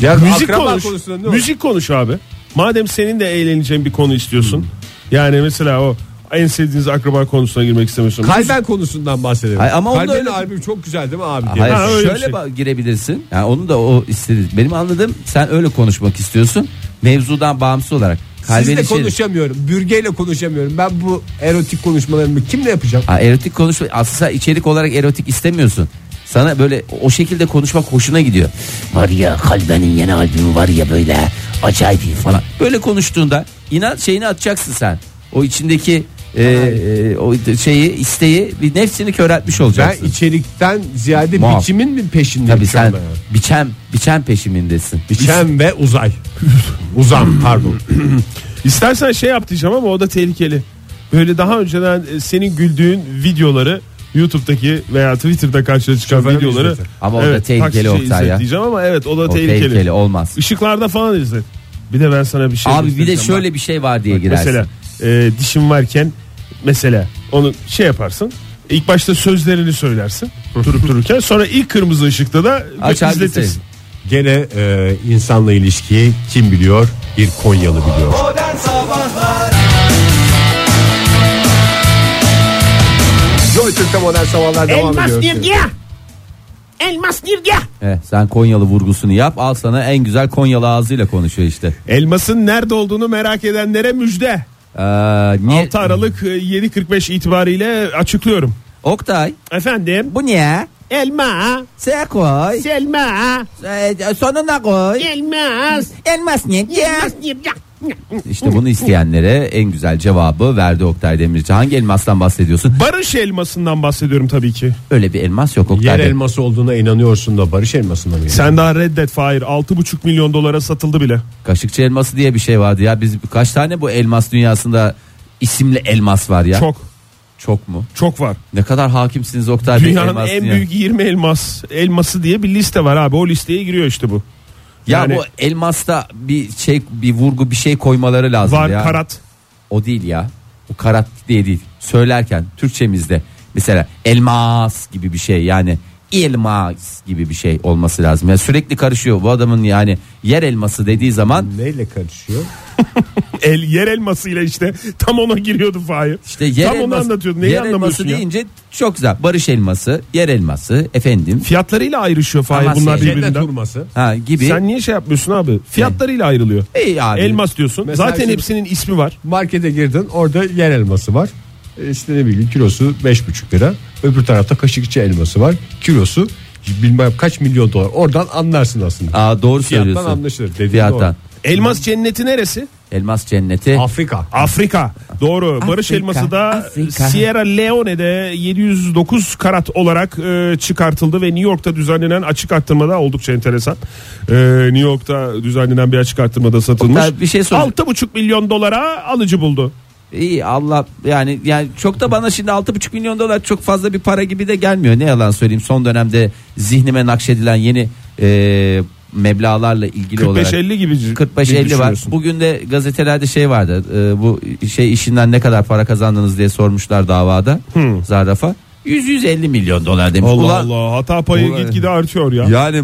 Speaker 3: Ya
Speaker 5: Müzik
Speaker 3: akraba
Speaker 5: konuş.
Speaker 3: konusunda ne olur?
Speaker 5: Müzik konuş abi. Madem senin de eğleneceğin bir konu istiyorsun. Yani mesela o en sevdiğiniz akraba konusuna girmek istemiyorsun.
Speaker 3: Kalben konusundan bahsedelim.
Speaker 4: Hayır, ama onu da
Speaker 3: Kalben'in
Speaker 4: öyle-
Speaker 3: albümü çok güzel değil mi abi? diye.
Speaker 4: Hayır,
Speaker 5: Ha, öyle bir
Speaker 4: şöyle
Speaker 5: şey.
Speaker 4: ba- girebilirsin. Yani onu da o istedi. Benim anladığım sen öyle konuşmak istiyorsun. Mevzudan bağımsız olarak. Kalbin
Speaker 3: Sizle
Speaker 4: içeri-
Speaker 3: konuşamıyorum. Bürgeyle konuşamıyorum. Ben bu erotik konuşmalarımı kimle yapacağım?
Speaker 4: Ha, erotik konuşma aslında sen içerik olarak erotik istemiyorsun. Sana böyle o şekilde konuşmak hoşuna gidiyor.
Speaker 6: var ya Kalben'in yeni albümü var ya böyle acayip iyi falan.
Speaker 4: Falan. Böyle konuştuğunda inan şeyini atacaksın sen. O içindeki e, e, o şeyi isteği bir nefsini köreltmiş
Speaker 3: Ben
Speaker 4: olacaksın.
Speaker 3: içerikten ziyade
Speaker 4: Muaf.
Speaker 3: biçimin mi peşindeyim
Speaker 4: Tabii
Speaker 3: şu
Speaker 4: sen
Speaker 3: anda yani?
Speaker 4: biçem biçem peşimindesin.
Speaker 3: Biçem ve uzay. Uzam pardon.
Speaker 5: *clears throat* İstersen şey yap diyeceğim ama o da tehlikeli. Böyle daha önceden e, senin güldüğün videoları YouTube'daki veya Twitter'da karşına çıkan
Speaker 3: Şoföre mi
Speaker 5: videoları.
Speaker 3: izletir?
Speaker 4: Ama o da tehlikeli
Speaker 5: taksiciye
Speaker 4: Oktay
Speaker 5: izlet
Speaker 4: ya.
Speaker 5: Diyeceğim ama evet o da
Speaker 4: O
Speaker 5: tehlikeli.
Speaker 4: tehlikeli. olmaz.
Speaker 5: Işıklarda falan izlet. Bir de ben sana bir şey
Speaker 4: Abi bir de
Speaker 5: göstereceğim.
Speaker 4: şöyle bir şey var diye
Speaker 5: Bak,
Speaker 4: girersin.
Speaker 5: Mesela e, dişim varken mesela onu şey yaparsın. İlk başta sözlerini söylersin
Speaker 4: *laughs*
Speaker 5: durup dururken sonra ilk kırmızı ışıkta da
Speaker 4: Açar
Speaker 5: izletirsin.
Speaker 4: listeyi.
Speaker 3: Gene e, insanla ilişkiyi kim biliyor? Bir Konyalı biliyor.
Speaker 2: Modern Sabahlar
Speaker 3: Joy Türk'te modern sabahlar devam ediyor.
Speaker 4: Heh, Eh, sen Konyalı vurgusunu yap al sana en güzel Konyalı ağzıyla konuşuyor işte.
Speaker 5: Elmasın nerede olduğunu merak edenlere müjde.
Speaker 4: Ee, niye-
Speaker 5: 6 Aralık e, 7.45 itibariyle açıklıyorum.
Speaker 4: Oktay
Speaker 5: Efendim
Speaker 4: bu niye?
Speaker 5: elma
Speaker 4: Sen koy.
Speaker 5: Selma
Speaker 4: Ee, sonuna koy.
Speaker 5: elmas
Speaker 4: Elmas niye? Elmas niye? İşte bunu isteyenlere en güzel cevabı verdi Oktay Demirci. Hangi elmastan bahsediyorsun?
Speaker 5: Barış elmasından bahsediyorum tabii ki.
Speaker 4: Öyle bir elmas yok Oktay
Speaker 3: Yer
Speaker 4: Bey.
Speaker 3: elması olduğuna inanıyorsun da barış elmasına mı?
Speaker 5: Sen daha reddet Fahir 6,5 milyon dolara satıldı bile.
Speaker 4: Kaşıkçı elması diye bir şey vardı ya. Biz kaç tane bu elmas dünyasında isimli elmas var ya?
Speaker 5: Çok
Speaker 4: Çok mu?
Speaker 5: çok var.
Speaker 4: Ne kadar hakimsiniz Oktay Bey
Speaker 5: Dünyanın
Speaker 4: elmas
Speaker 5: en
Speaker 4: dünya-
Speaker 5: büyük 20 elmas elması diye bir liste var abi. O listeye giriyor işte bu.
Speaker 4: Ya
Speaker 5: yani-
Speaker 4: bu elmasta bir şey bir vurgu bir şey koymaları lazım
Speaker 5: Var
Speaker 4: ya.
Speaker 5: karat.
Speaker 4: O değil ya. O karat diye değil. Söylerken Türkçemizde mesela elmas gibi bir şey yani elmas gibi bir şey olması lazım. Yani sürekli karışıyor bu adamın yani yer elması dediği zaman
Speaker 3: Neyle karışıyor?
Speaker 5: El, yer elmasıyla işte *laughs* tam ona giriyordu Fahir.
Speaker 4: işte yer
Speaker 5: tam onu
Speaker 4: elması,
Speaker 5: anlatıyordu. Neyi
Speaker 4: yer elması
Speaker 5: anlamıyorsun ya?
Speaker 4: deyince çok güzel. Barış elması, yer elması efendim.
Speaker 5: Fiyatlarıyla ayrışıyor Fahir
Speaker 4: Amasya.
Speaker 5: bunlar
Speaker 4: Cennet
Speaker 3: Cennet
Speaker 5: birbirinden.
Speaker 3: hurması.
Speaker 4: Ha gibi.
Speaker 5: Sen niye şey yapmıyorsun abi? Fiyatlarıyla ayrılıyor.
Speaker 4: İyi E- abi.
Speaker 5: Elmas diyorsun.
Speaker 3: Mesela
Speaker 5: Zaten
Speaker 3: şimdi-
Speaker 5: hepsinin ismi var.
Speaker 3: Markete girdin orada yer elması var. E, İşte ne bileyim kilosu 5,5 lira. Öbür tarafta kaşıkçı elması var. Kilosu bilmem kaç milyon dolar. Oradan anlarsın aslında.
Speaker 4: Aa doğru
Speaker 3: Fiyattan
Speaker 4: söylüyorsun.
Speaker 3: anlaşılır. Dediğin
Speaker 4: Fiyattan.
Speaker 5: Elmas cenneti neresi?
Speaker 4: Elmas cenneti.
Speaker 3: doğru. Afrika.
Speaker 5: Afrika. Doğru. Barış
Speaker 4: Afrika,
Speaker 5: elması da
Speaker 4: Afrika.
Speaker 5: Sierra Leone'de 709 karat olarak e, çıkartıldı ve New York'ta düzenlenen açık arttırmada oldukça enteresan. E, New York'ta düzenlenen bir açık arttırmada satılmış.
Speaker 4: Oktay, bir şey sorayım.
Speaker 5: 6,5 milyon dolara alıcı buldu.
Speaker 4: İyi Allah yani yani çok da bana şimdi 6,5 milyon dolar çok fazla bir para gibi de gelmiyor ne yalan söyleyeyim son dönemde zihnime nakşedilen yeni e, meblalarla ilgili olarak
Speaker 5: 45-50 gibi
Speaker 4: 45-50 var.
Speaker 5: düşünüyorsun.
Speaker 4: Bugün de gazetelerde şey vardı. e, bu şey işinden ne kadar para kazandınız diye sormuşlar davada. Zarrafa. 100-150 milyon dolar demiş.
Speaker 5: Allah
Speaker 4: Ulan,
Speaker 5: Allah hata payı
Speaker 4: Ulan-
Speaker 5: gitgide artıyor ya.
Speaker 4: Yani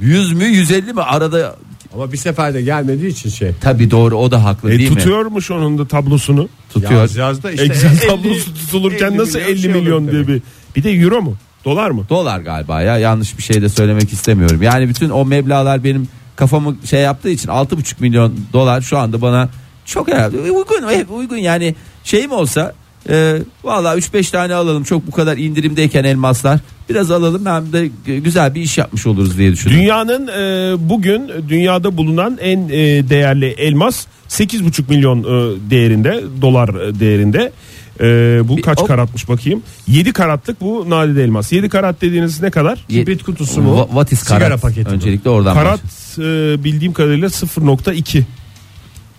Speaker 4: 100 mü 150 mi arada
Speaker 3: Ama bir seferde gelmediği için şey.
Speaker 4: tabi doğru o da haklı
Speaker 5: E,
Speaker 4: değil mi?
Speaker 5: tutuyormuş onun da tablosunu.
Speaker 4: Tutuyor.
Speaker 3: Yazacağız da işte
Speaker 5: Excel
Speaker 3: 50
Speaker 5: tablosu tutulurken
Speaker 3: 50
Speaker 5: nasıl
Speaker 3: milyon
Speaker 5: 50
Speaker 3: şey olur
Speaker 5: milyon diye
Speaker 3: demek.
Speaker 5: bir. Bir de euro mu? Dolar mı?
Speaker 4: Dolar galiba ya yanlış bir şey de söylemek istemiyorum. Yani bütün o meblalar benim kafamı şey yaptığı için 6,5 milyon dolar şu anda bana çok herhalde uygun hep uygun yani şeyim olsa e, valla 3-5 tane alalım çok bu kadar indirimdeyken elmaslar biraz alalım hem de g- güzel bir iş yapmış oluruz diye düşündüm.
Speaker 5: Dünyanın e, bugün dünyada bulunan en e, değerli elmas 8,5 milyon e, değerinde dolar e, değerinde. E, bu
Speaker 4: Bir-
Speaker 5: kaç
Speaker 4: o-
Speaker 5: karatmış bakayım. 7 karatlık bu nadide elmas. 7 karat dediğiniz ne kadar?
Speaker 4: Ye-
Speaker 3: Kibrit kutusu mu?
Speaker 4: Va- What is
Speaker 3: Sigara
Speaker 4: karat?
Speaker 3: paketi mi?
Speaker 4: Öncelikle oradan
Speaker 5: Karat
Speaker 4: baş-
Speaker 5: e, bildiğim kadarıyla 0.2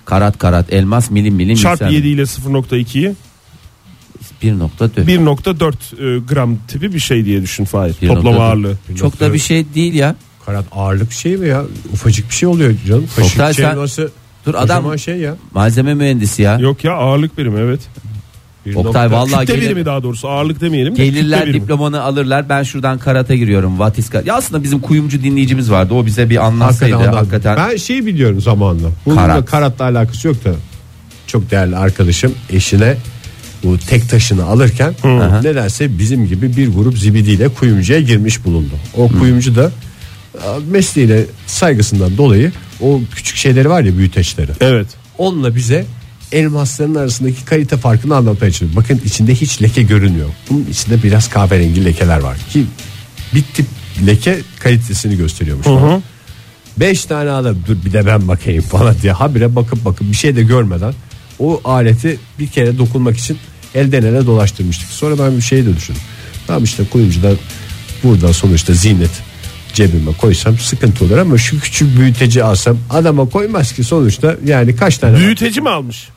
Speaker 4: karat karat elmas milim milim
Speaker 5: çarp
Speaker 4: mikser.
Speaker 5: 7 ile 0.2'yi
Speaker 4: 1.4
Speaker 5: 1.4 e, gram tipi bir şey diye düşün Fahir.
Speaker 4: 1.4.
Speaker 5: Toplam ağırlığı.
Speaker 4: Çok da bir şey değil ya.
Speaker 3: Karat ağırlık şey mi ya? Ufacık bir şey oluyor canım.
Speaker 4: Oktay
Speaker 3: Kaşık şey
Speaker 4: sen-
Speaker 3: nasıl?
Speaker 4: Dur adam
Speaker 3: Kocaman şey ya.
Speaker 4: malzeme mühendisi ya.
Speaker 5: Yok ya ağırlık birimi evet.
Speaker 3: Bir
Speaker 4: Oktay
Speaker 3: nokta-
Speaker 4: vallahi
Speaker 5: kütle
Speaker 4: gelir-
Speaker 5: birimi daha doğrusu ağırlık demeyelim. de kütle
Speaker 4: Gelirler
Speaker 5: birimi.
Speaker 4: diplomanı alırlar. Ben şuradan karate giriyorum. Vatiska. Ya aslında bizim kuyumcu dinleyicimiz vardı. O bize bir anlatsaydı
Speaker 3: Hakikaten
Speaker 4: hakikaten.
Speaker 3: ondan. Ben şeyi biliyorum zamanla. Bunun
Speaker 4: Karat.
Speaker 3: da karatla alakası yok da. Çok değerli arkadaşım eşine bu tek taşını alırken nedense bizim gibi bir grup zibidiyle kuyumcuya girmiş bulundu. O kuyumcu da e, mesleğine saygısından dolayı o küçük şeyleri var ya büyüteçleri.
Speaker 5: Evet.
Speaker 3: Onunla bize elmasların arasındaki kalite farkını anlatmaya çalışıyor. Bakın içinde hiç leke görünmüyor. Bunun içinde biraz kahverengi lekeler var ki bir tip leke kalitesini gösteriyormuş. falan. Beş tane adam dur bir de ben bakayım *laughs* falan diye habire bakıp bakıp bir şey de görmeden o aleti bir kere dokunmak için elden ele dolaştırmıştık. Sonra ben bir şey de düşündüm. Tamam işte kuyumcudan buradan sonuçta zinet cebime koysam sıkıntı olur ama şu küçük büyüteci alsam adama koymaz ki sonuçta yani kaç tane var?
Speaker 5: Büyüteci mi almış?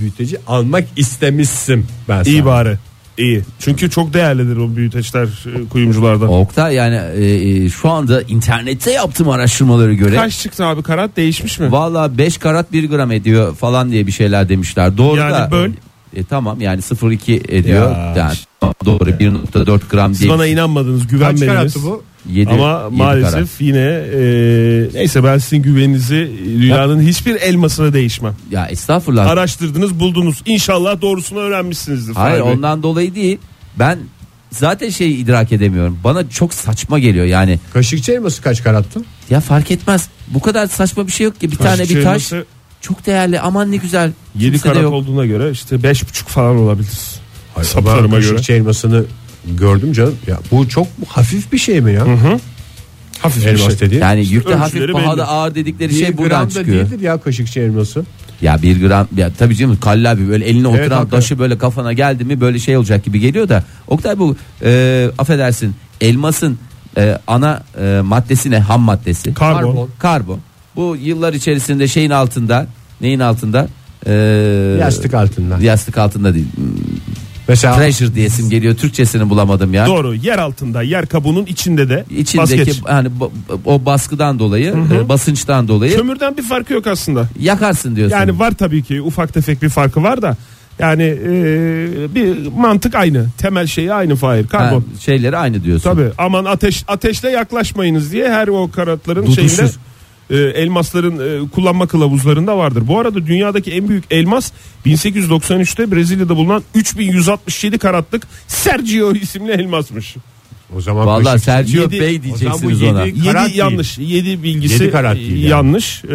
Speaker 3: büyüteci almak istemişsin ben sana.
Speaker 5: İyi bari. İyi. Çünkü çok değerlidir o büyüteçler e, kuyumculardan.
Speaker 4: Oktay yani e, e, şu anda internette yaptığım araştırmalara göre
Speaker 5: Kaç çıktı abi karat değişmiş mi?
Speaker 4: valla 5 karat 1 gram ediyor falan diye bir şeyler demişler. Doğru
Speaker 5: Yani
Speaker 4: da.
Speaker 5: böl.
Speaker 4: E, tamam yani 0.2 ediyor.
Speaker 3: Ya.
Speaker 4: Yani tamam, doğru 1.4 gram
Speaker 5: Siz
Speaker 4: değil.
Speaker 5: bana inanmadınız
Speaker 3: Kaç
Speaker 5: güvenmediniz.
Speaker 3: karatı bu?
Speaker 4: Yedi-
Speaker 5: Ama
Speaker 4: yedi
Speaker 5: maalesef
Speaker 4: karat.
Speaker 5: yine e, neyse ben sizin güveninizi dünyanın hiçbir elmasına değişmem.
Speaker 4: Ya estağfurullah.
Speaker 5: Araştırdınız buldunuz. İnşallah doğrusunu öğrenmişsinizdir.
Speaker 4: Hayır
Speaker 5: Fahir Bey.
Speaker 4: ondan dolayı değil. Ben zaten şeyi idrak edemiyorum. Bana çok saçma geliyor yani.
Speaker 3: Kaşıkçı elması kaç karattı?
Speaker 4: Ya fark etmez. Bu kadar saçma bir şey yok ki. Bir tane
Speaker 5: Kaşıkçı
Speaker 4: bir taş
Speaker 5: elması
Speaker 4: çok değerli. Aman ne güzel.
Speaker 5: 7
Speaker 4: Kimse de
Speaker 5: karat
Speaker 4: yok.
Speaker 5: olduğuna göre işte beş buçuk falan olabilir.
Speaker 3: Hayır, ama
Speaker 5: Saplarıma göre.
Speaker 3: Kaşıkçı elmasını gördüm canım. Ya bu çok hafif bir şey mi ya?
Speaker 5: Hafif bir
Speaker 3: Elmas
Speaker 5: şey.
Speaker 3: dediğin.
Speaker 4: Yani yükte
Speaker 5: ölçüleri
Speaker 4: hafif
Speaker 5: belli.
Speaker 4: pahalı ağır dedikleri
Speaker 3: Bir
Speaker 4: şey buradan
Speaker 3: gram da
Speaker 4: çıkıyor.
Speaker 3: değildir ya kaşıkçı elması.
Speaker 4: Ya bir gram ya tabii canım kallabi böyle eline
Speaker 3: Evet,
Speaker 4: oturan
Speaker 3: hakikaten.
Speaker 4: taşı böyle kafana geldi mi böyle şey olacak gibi geliyor da. Oktay bu e, affedersin elmasın e, ana e, maddesi ne ham maddesi?
Speaker 5: Karbon.
Speaker 4: Karbon. Bu yıllar içerisinde şeyin altında neyin altında? E,
Speaker 3: Yastık altından.
Speaker 4: yastık altında değil.
Speaker 3: Mesela
Speaker 4: Treasure diyesim geliyor Türkçesini bulamadım ya.
Speaker 5: Doğru yer altında yer kabuğunun içinde de
Speaker 4: İçindeki
Speaker 5: basket.
Speaker 4: hani ba- o baskıdan dolayı, e, basınçtan dolayı
Speaker 5: Kömürden bir farkı yok aslında.
Speaker 4: yakarsın diyorsun.
Speaker 5: Yani var tabii ki ufak tefek bir farkı var da yani e, bir mantık aynı. Temel şeyi aynı Fahir.
Speaker 4: Ha,
Speaker 5: Karbon.
Speaker 4: şeyleri aynı diyorsun.
Speaker 5: Tabii aman ateş ateşle yaklaşmayınız diye her o karatların
Speaker 4: Duduşsuz.
Speaker 5: şeyinde e, elmasların e, kullanma kılavuzlarında vardır. Bu arada dünyadaki en büyük elmas 1893'te Brezilya'da bulunan 3167 karatlık Sergio isimli elmasmış.
Speaker 3: o zaman
Speaker 4: Vallahi
Speaker 3: kaşıkçı-
Speaker 4: Sergio
Speaker 5: Yedi-
Speaker 4: Bey
Speaker 3: O
Speaker 4: diyeceksiniz
Speaker 3: zaman bu
Speaker 4: ona.
Speaker 3: yedi-
Speaker 5: 7
Speaker 3: Karat değil.
Speaker 5: yanlış. 7 bilgisi
Speaker 3: Yedi karat değil yani.
Speaker 5: yanlış. E,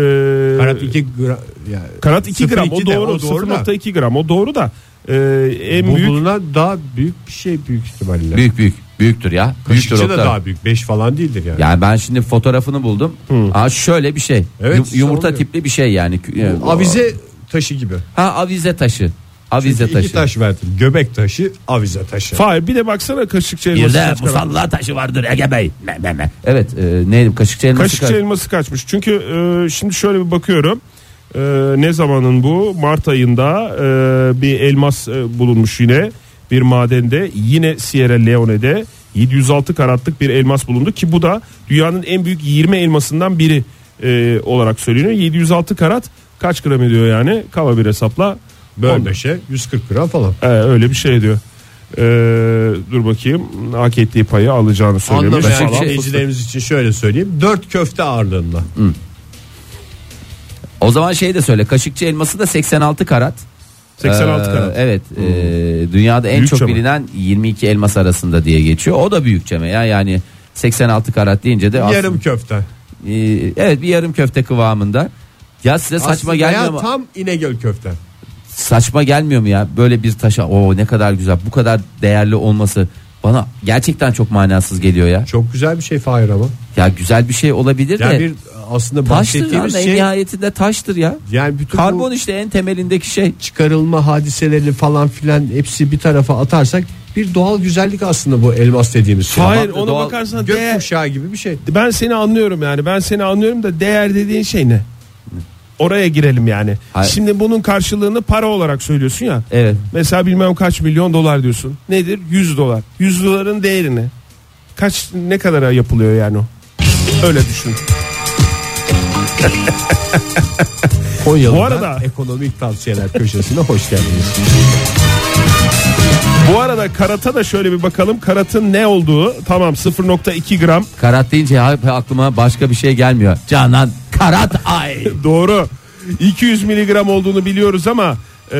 Speaker 3: Karat 2 gram. ya-
Speaker 5: Karat 2 gram o
Speaker 3: 0.2 de,
Speaker 5: doğru.
Speaker 3: o doğru da.
Speaker 5: 0.2 gram o doğru da. Ee, en
Speaker 3: bu
Speaker 5: büyük
Speaker 3: bulunan daha büyük bir şey büyük ihtimalle.
Speaker 4: Büyük büyük. Büyüktür ya. Büyüktür
Speaker 3: Kaşıkçı da
Speaker 4: Oktay.
Speaker 3: daha büyük. 5 falan değildir yani.
Speaker 4: Yani ben şimdi fotoğrafını buldum. Aa, şöyle bir şey.
Speaker 3: Evet,
Speaker 4: Yum-
Speaker 3: işte
Speaker 4: yumurta
Speaker 3: oluyor.
Speaker 4: tipli bir şey yani. Ee,
Speaker 3: Avize taşı gibi.
Speaker 4: Ha avize taşı. Avize
Speaker 3: İki
Speaker 4: taşı.
Speaker 3: taş verdim. Göbek taşı, avize taşı.
Speaker 5: Fahir bir de baksana kaşıkçı
Speaker 6: Bir
Speaker 5: elması
Speaker 6: de
Speaker 5: kaç karat.
Speaker 6: musalla taşı vardır Ege Bey. Me, me, me.
Speaker 4: Evet, e, neydi? Kaşıkçı elması.
Speaker 5: Kaşıkçı
Speaker 4: kar-
Speaker 5: elması kaçmış. Çünkü e, şimdi şöyle bir bakıyorum. Ee, ne zamanın bu? Mart ayında e, bir elmas e, bulunmuş yine bir madende yine Sierra Leone'de 706 karatlık bir elmas bulundu ki bu da dünyanın en büyük 20 elmasından biri e, olarak söyleniyor. 706 karat kaç gram ediyor yani? Kaba bir hesapla
Speaker 3: Böl 5'e 140 gram falan.
Speaker 5: Ee, öyle bir şey diyor. Ee, dur bakayım hak ettiği payı alacağını söylemiş.
Speaker 4: Anlamayan
Speaker 5: falan.
Speaker 4: şey-
Speaker 3: Dinleyicilerimiz için şöyle söyleyeyim. 4 köfte ağırlığında.
Speaker 4: O zaman şey de söyle kaşıkçı elması da 86 karat.
Speaker 5: 86
Speaker 4: Ee,
Speaker 5: karat.
Speaker 4: Evet
Speaker 3: Hmm.
Speaker 4: e, dünyada en
Speaker 5: Büyükçe
Speaker 4: çok
Speaker 5: mi?
Speaker 4: bilinen 22 elmas arasında diye geçiyor. O da büyükçe mi ya yani 86 karat deyince de aslında-
Speaker 3: Yarım köfte.
Speaker 4: Ee, evet bir yarım köfte kıvamında. Ya size saçma
Speaker 3: Aslında
Speaker 4: gelmiyor
Speaker 3: ya
Speaker 4: mu?
Speaker 3: Tam İnegöl köfte.
Speaker 4: Saçma gelmiyor mu ya böyle bir taşa o ne kadar güzel bu kadar değerli olması bana gerçekten çok manasız geliyor ya.
Speaker 3: Çok güzel bir şey Fahir ama.
Speaker 4: Ya güzel bir şey olabilir de
Speaker 3: Yani bir aslında
Speaker 4: taştır ya
Speaker 3: bahsettiğimiz
Speaker 4: en
Speaker 3: şey
Speaker 4: nihayetinde taştır ya.
Speaker 3: yani bütün bu
Speaker 4: Karbon işte en temelindeki şey.
Speaker 3: çıkarılma hadiseleri falan filan hepsi bir tarafa atarsak bir doğal güzellik aslında bu elmas dediğimiz şey.
Speaker 5: Hayır
Speaker 4: Tamam da
Speaker 5: ona
Speaker 4: doğal-
Speaker 5: bakarsan
Speaker 3: Gök
Speaker 5: değer.
Speaker 3: kuşağı gibi bir şey.
Speaker 5: Ben seni anlıyorum yani. Ben seni anlıyorum da değer dediğin şey ne? Oraya girelim yani.
Speaker 4: Hayır.
Speaker 5: Şimdi bunun karşılığını para olarak söylüyorsun ya.
Speaker 4: Evet.
Speaker 5: Mesela bilmem kaç milyon dolar diyorsun. Nedir? 100 dolar. 100 doların değerini. Kaç ne kadara yapılıyor yani o? Öyle düşün. Bu arada-
Speaker 3: Konyalı'dan ekonomik tavsiyeler köşesine hoş geldiniz.
Speaker 5: Bu arada karata da şöyle bir bakalım. Karatın ne olduğu? Tamam 0.2 gram.
Speaker 4: Karat deyince ya- aklıma başka bir şey gelmiyor. Canan Karat ay.
Speaker 5: Doğru. 200 miligram olduğunu biliyoruz ama e,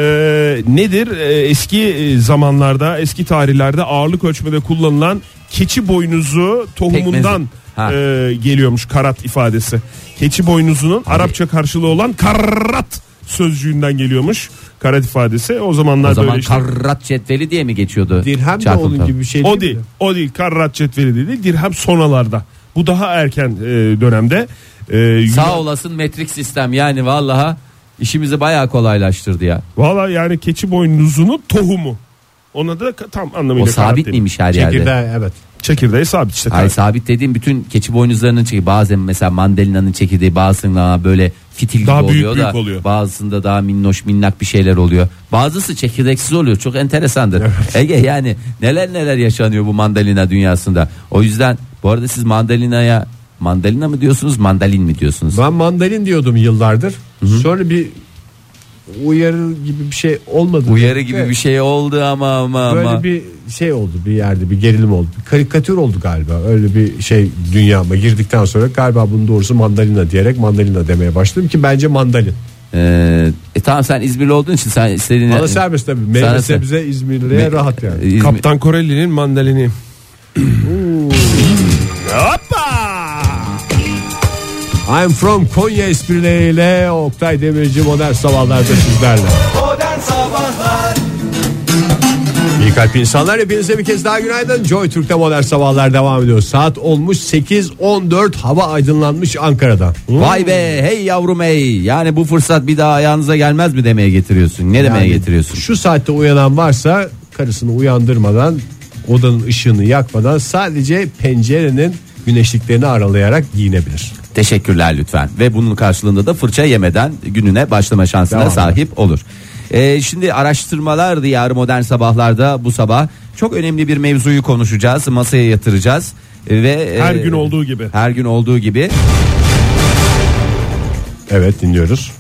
Speaker 5: nedir? E, eski e, zamanlarda, eski tarihlerde ağırlık ölçmede kullanılan keçi boynuzu tohumundan
Speaker 4: Pekmezi. Ha.
Speaker 5: e, geliyormuş karat ifadesi. Keçi boynuzunun Arapça karşılığı olan karat sözcüğünden geliyormuş karat ifadesi. O zamanlar
Speaker 4: O
Speaker 5: böyle
Speaker 4: zaman
Speaker 5: işte.
Speaker 4: Karat cetveli diye mi geçiyordu?
Speaker 3: Dirhem de
Speaker 4: Çarpım
Speaker 3: onun
Speaker 4: tabii.
Speaker 3: gibi bir şey
Speaker 5: O
Speaker 3: değil
Speaker 5: değil,
Speaker 3: mi?
Speaker 5: o değil. Karrat cetveli de değil. Dirhem sonalarda. Bu daha erken e, dönemde. E, Yunan-
Speaker 4: Sağ olasın metrik sistem yani vallaha işimizi bayağı kolaylaştırdı ya.
Speaker 5: Valla yani keçi boynuzunun tohumu. Ona da ka- tam anlamıyla
Speaker 4: O sabit
Speaker 5: karat değil.
Speaker 4: miymiş her yerde?
Speaker 3: Çekirdeği evet.
Speaker 5: Çekirdeği sabit işte.
Speaker 4: Hayır
Speaker 5: karat.
Speaker 4: sabit dediğim bütün keçi boynuzlarının çekirdeği bazen mesela mandalinanın çekirdeği bazısında böyle fitil
Speaker 5: Daha
Speaker 4: gibi
Speaker 5: büyük
Speaker 4: oluyor
Speaker 5: büyük
Speaker 4: da
Speaker 5: oluyor.
Speaker 4: bazısında daha minnoş minnak bir şeyler oluyor. Bazısı çekirdeksiz oluyor çok enteresandır. Ege yani neler neler yaşanıyor bu mandalina dünyasında. O yüzden bu arada siz mandalinaya mandalina mı diyorsunuz mandalin mi diyorsunuz?
Speaker 3: Ben mandalin diyordum yıllardır. Sonra bir uyarı gibi bir şey olmadı.
Speaker 4: Uyarı gibi bir şey oldu ama ama
Speaker 3: Böyle
Speaker 4: ama.
Speaker 3: bir şey oldu bir yerde bir gerilim oldu. Bir karikatür oldu galiba. Öyle bir şey dünyama girdikten sonra galiba bunun doğrusu mandalina diyerek mandalina demeye başladım ki bence mandalin.
Speaker 4: Ee, e tamam sen İzmirli olduğun için sen istediğin
Speaker 3: Bana serbest tabii.
Speaker 4: Sana
Speaker 3: Meyve
Speaker 4: se-
Speaker 3: sebze İzmirli'ye
Speaker 4: Me- Ee,
Speaker 3: rahat yani.
Speaker 4: İzmir-
Speaker 5: Kaptan Koreli'nin mandalini.
Speaker 4: *clears throat*
Speaker 5: Hoppa!
Speaker 3: I'm from Konya esprileriyle Oktay Demirci modern sabahlarda sizlerle.
Speaker 2: Modern Sabahlar
Speaker 3: İyi kalp insanlar hepinize bir kez daha günaydın. Joy Türk'te modern sabahlar devam ediyor. Saat olmuş 8.14 hava aydınlanmış Ankara'da.
Speaker 4: Vay be hey yavrum hey yani bu fırsat bir daha ayağınıza gelmez mi demeye getiriyorsun ne demeye
Speaker 3: Yani
Speaker 4: getiriyorsun
Speaker 3: Şu saatte uyanan varsa karısını uyandırmadan odanın ışığını yakmadan sadece pencerenin güneşliklerini aralayarak giyinebilir.
Speaker 4: teşekkürler lütfen ve bunun karşılığında da fırça yemeden gününe başlama şansına
Speaker 3: Devam.
Speaker 4: sahip olur. Ee, şimdi araştırmalar diyarı modern sabahlarda bu sabah çok önemli bir mevzuyu konuşacağız masaya yatıracağız ve
Speaker 5: Her
Speaker 4: e,
Speaker 5: gün olduğu gibi.
Speaker 4: her gün olduğu gibi
Speaker 3: Evet dinliyoruz.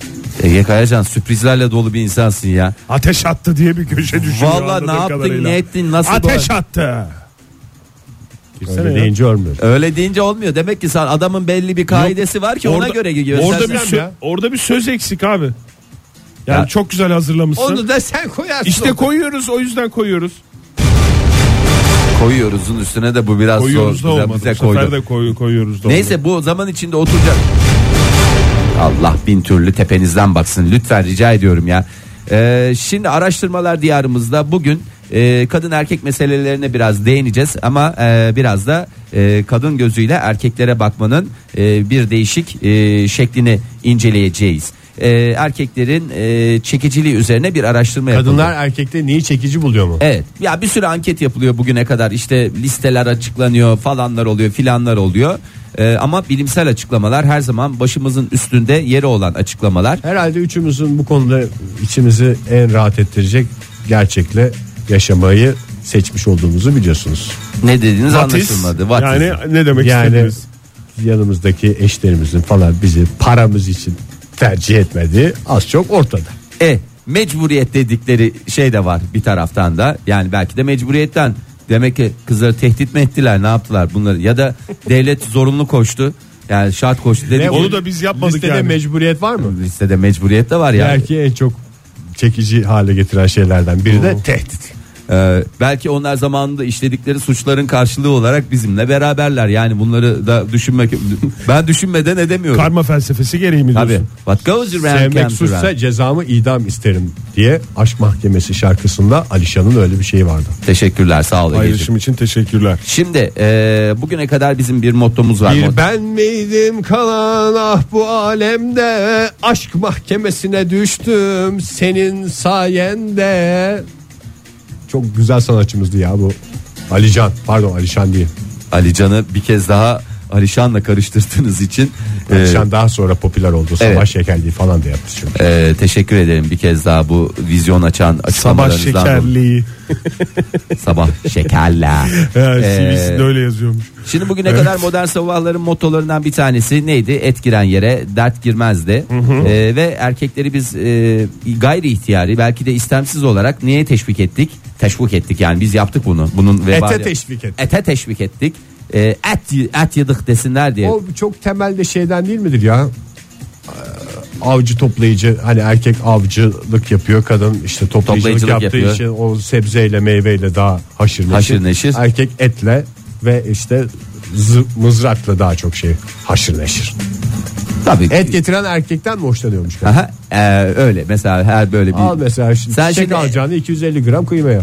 Speaker 4: Ege Kayacan E, sürprizlerle dolu bir insansın ya.
Speaker 5: Ateş attı diye bir köşe düşünüyor.
Speaker 4: Vallahi ne
Speaker 5: anladığım
Speaker 4: yaptın,
Speaker 5: kadarıyla.
Speaker 4: ne ettin, nasıl
Speaker 5: Ateş attı. Girsene
Speaker 3: Öyle
Speaker 5: ya.
Speaker 3: deyince ölmüyor.
Speaker 4: Öyle deyince olmuyor demek ki sen adamın belli bir kaidesi var ki ona
Speaker 5: Orada-
Speaker 4: göre
Speaker 5: Orada bir, şey-
Speaker 4: göstersen-
Speaker 5: sö- orada bir söz eksik abi. Yani
Speaker 4: Ya.
Speaker 5: çok güzel hazırlamışsın.
Speaker 4: Onu da sen koyarsın.
Speaker 5: İşte koyuyoruz o yüzden koyuyoruz.
Speaker 4: Koyuyoruzun üstüne de bu biraz
Speaker 5: Koyuyoruz
Speaker 4: zor.
Speaker 5: da
Speaker 4: Bize-
Speaker 5: olmadı.
Speaker 4: bize
Speaker 5: Bu sefer
Speaker 4: koydu.
Speaker 5: de koy- koyuyoruz da olmadı.
Speaker 4: Neyse bu zaman içinde oturacak. Allah bin türlü tepenizden baksın lütfen rica ediyorum ya. Ee, şimdi araştırmalar diyarımızda bugün e, kadın erkek meselelerine biraz değineceğiz ama e, biraz da e, kadın gözüyle erkeklere bakmanın e, bir değişik e, şeklini inceleyeceğiz. E, erkeklerin e, çekiciliği üzerine bir araştırma yapıldı.
Speaker 3: Kadınlar erkekte neyi çekici buluyor mu?
Speaker 4: Evet ya bir sürü anket yapılıyor bugüne kadar işte listeler açıklanıyor falanlar oluyor filanlar oluyor. E, ama bilimsel açıklamalar her zaman başımızın üstünde yeri olan açıklamalar.
Speaker 3: Herhalde üçümüzün bu konuda içimizi en rahat ettirecek gerçekle yaşamayı seçmiş olduğumuzu biliyorsunuz.
Speaker 4: Ne dediğiniz
Speaker 5: What is?
Speaker 4: anlaşılmadı. What is?
Speaker 5: yani ne demek
Speaker 3: Yani
Speaker 5: istediniz?
Speaker 3: yanımızdaki eşlerimizin falan bizi paramız için tercih etmediği az çok ortada.
Speaker 4: E mecburiyet dedikleri şey de var bir taraftan da yani belki de mecburiyetten demek ki kızları tehdit mi ettiler ne yaptılar bunları ya da devlet zorunlu koştu yani şart koştu dedi ki,
Speaker 5: Onu da biz yapmadık
Speaker 3: Listede
Speaker 5: yani.
Speaker 3: mecburiyet var mı?
Speaker 4: listede mecburiyet de var yani
Speaker 3: Belki en çok çekici hale getiren şeylerden biri de tehdit.
Speaker 4: Ee, belki onlar zamanında işledikleri suçların karşılığı olarak bizimle beraberler yani bunları da düşünmek ben düşünmeden edemiyorum
Speaker 5: Karma felsefesi gereği mi
Speaker 4: Tabii.
Speaker 5: diyorsun?
Speaker 4: What goes around
Speaker 3: Sevmek
Speaker 4: comes around.
Speaker 3: suçsa cezamı idam isterim diye Aşk Mahkemesi şarkısında Alişan'ın öyle bir şeyi vardı.
Speaker 4: Teşekkürler sağ ol Egeciğim.
Speaker 5: Paylaşım için teşekkürler.
Speaker 4: Şimdi e, bugüne kadar bizim bir mottomuz var. Motto-
Speaker 3: Bir ben miydim kalan ah bu alemde aşk mahkemesine düştüm senin sayende. Çok güzel sanatçımızdı ya bu. Alican pardon Alişan değil.
Speaker 4: Ali Can'ı bir kez daha Alişan'la karıştırdığınız için e,
Speaker 3: Alişan daha sonra popüler oldu. Sabah
Speaker 4: evet.
Speaker 3: şekerliği falan da yaptı çünkü.
Speaker 4: e, teşekkür ederim bir kez daha bu vizyon açan
Speaker 5: Sabah
Speaker 4: açıklamalarınızdan. dolayı.
Speaker 5: şekerliği.
Speaker 4: Sabah
Speaker 3: *laughs*
Speaker 4: şekerla.
Speaker 5: Yani
Speaker 4: Ee,
Speaker 5: CV'sinde öyle yazıyormuş.
Speaker 4: Şimdi bugüne kadar modern sabahların motolarından bir tanesi neydi? Et giren yere dert girmezdi. Ee, ve erkekleri biz e, gayri ihtiyari belki de istemsiz olarak niye teşvik ettik? Teşvik ettik yani biz yaptık bunu. Bunun vebali-
Speaker 3: Ete teşvik ettik.
Speaker 4: Ete teşvik ettik. Ee, et y- et yedik desinler diye.
Speaker 3: O çok temelde şeyden değil midir ya? Ee, Avcı toplayıcı hani erkek avcılık yapıyor kadın işte toplayıcılık,
Speaker 4: Toplayıcılık
Speaker 3: yaptığı
Speaker 4: yapıyor.
Speaker 3: için o sebzeyle meyveyle daha haşır neşir.
Speaker 4: Haşır neşir.
Speaker 3: Erkek etle ve işte zı- mızrakla daha çok şey haşır neşir.
Speaker 4: Tabii.
Speaker 3: Et getiren erkekten mi hoşlanıyormuş? kadın?
Speaker 4: Aha, e, öyle mesela her böyle bir
Speaker 3: Al mesela şimdi
Speaker 4: Sen
Speaker 3: çiçek
Speaker 4: şimdi-
Speaker 3: alacağını 250 gram kıymaya.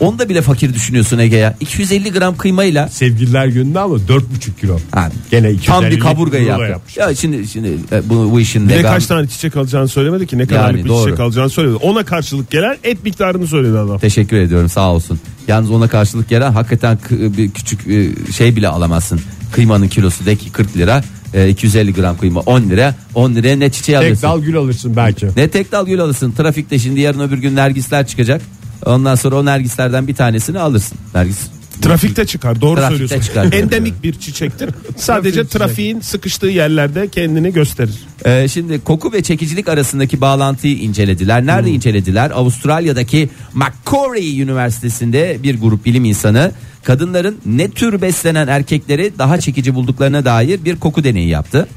Speaker 4: Onda bile fakir düşünüyorsun Ege ya. 250 gram kıymayla
Speaker 3: Sevgililer gününde ama 4,5 kilo.
Speaker 4: Ha,
Speaker 3: Gene 250
Speaker 4: tam bir kaburgayı
Speaker 3: rulo
Speaker 4: yaptı.
Speaker 3: yapmış.
Speaker 4: Ya şimdi şimdi e, bu, bu işin
Speaker 5: Bir de
Speaker 4: vegan-
Speaker 5: kaç tane çiçek alacağını söylemedi ki ne kadarlık bir
Speaker 4: doğru.
Speaker 5: çiçek alacağını söylemedi. Ona karşılık gelen et miktarını söyledi adam.
Speaker 4: Teşekkür ediyorum sağ olsun. Yalnız ona karşılık gelen hakikaten kı- bir küçük e, şey bile alamazsın. Kıymanın kilosu de ki 40 lira. e, 250 gram kıyma 10 lira. 10 liraya ne çiçeği
Speaker 3: Tek
Speaker 4: alırsın.
Speaker 3: dal gül alırsın belki.
Speaker 4: Ne tek dal gül alırsın. Trafikte şimdi yarın öbür gün nergisler çıkacak. Ondan sonra o nergislerden bir tanesini alırsın. Nergis
Speaker 5: Trafikte çıkar doğru
Speaker 4: Trafikte
Speaker 5: söylüyorsun.
Speaker 4: çıkar.
Speaker 5: Endemik bir çiçektir. Sadece trafiğin sıkıştığı yerlerde kendini gösterir.
Speaker 4: Ee, şimdi koku ve çekicilik arasındaki bağlantıyı incelediler. Nerede incelediler? Avustralya'daki Macquarie Üniversitesi'nde bir grup bilim insanı kadınların ne tür beslenen erkekleri daha çekici bulduklarına dair bir koku deneyi yaptı.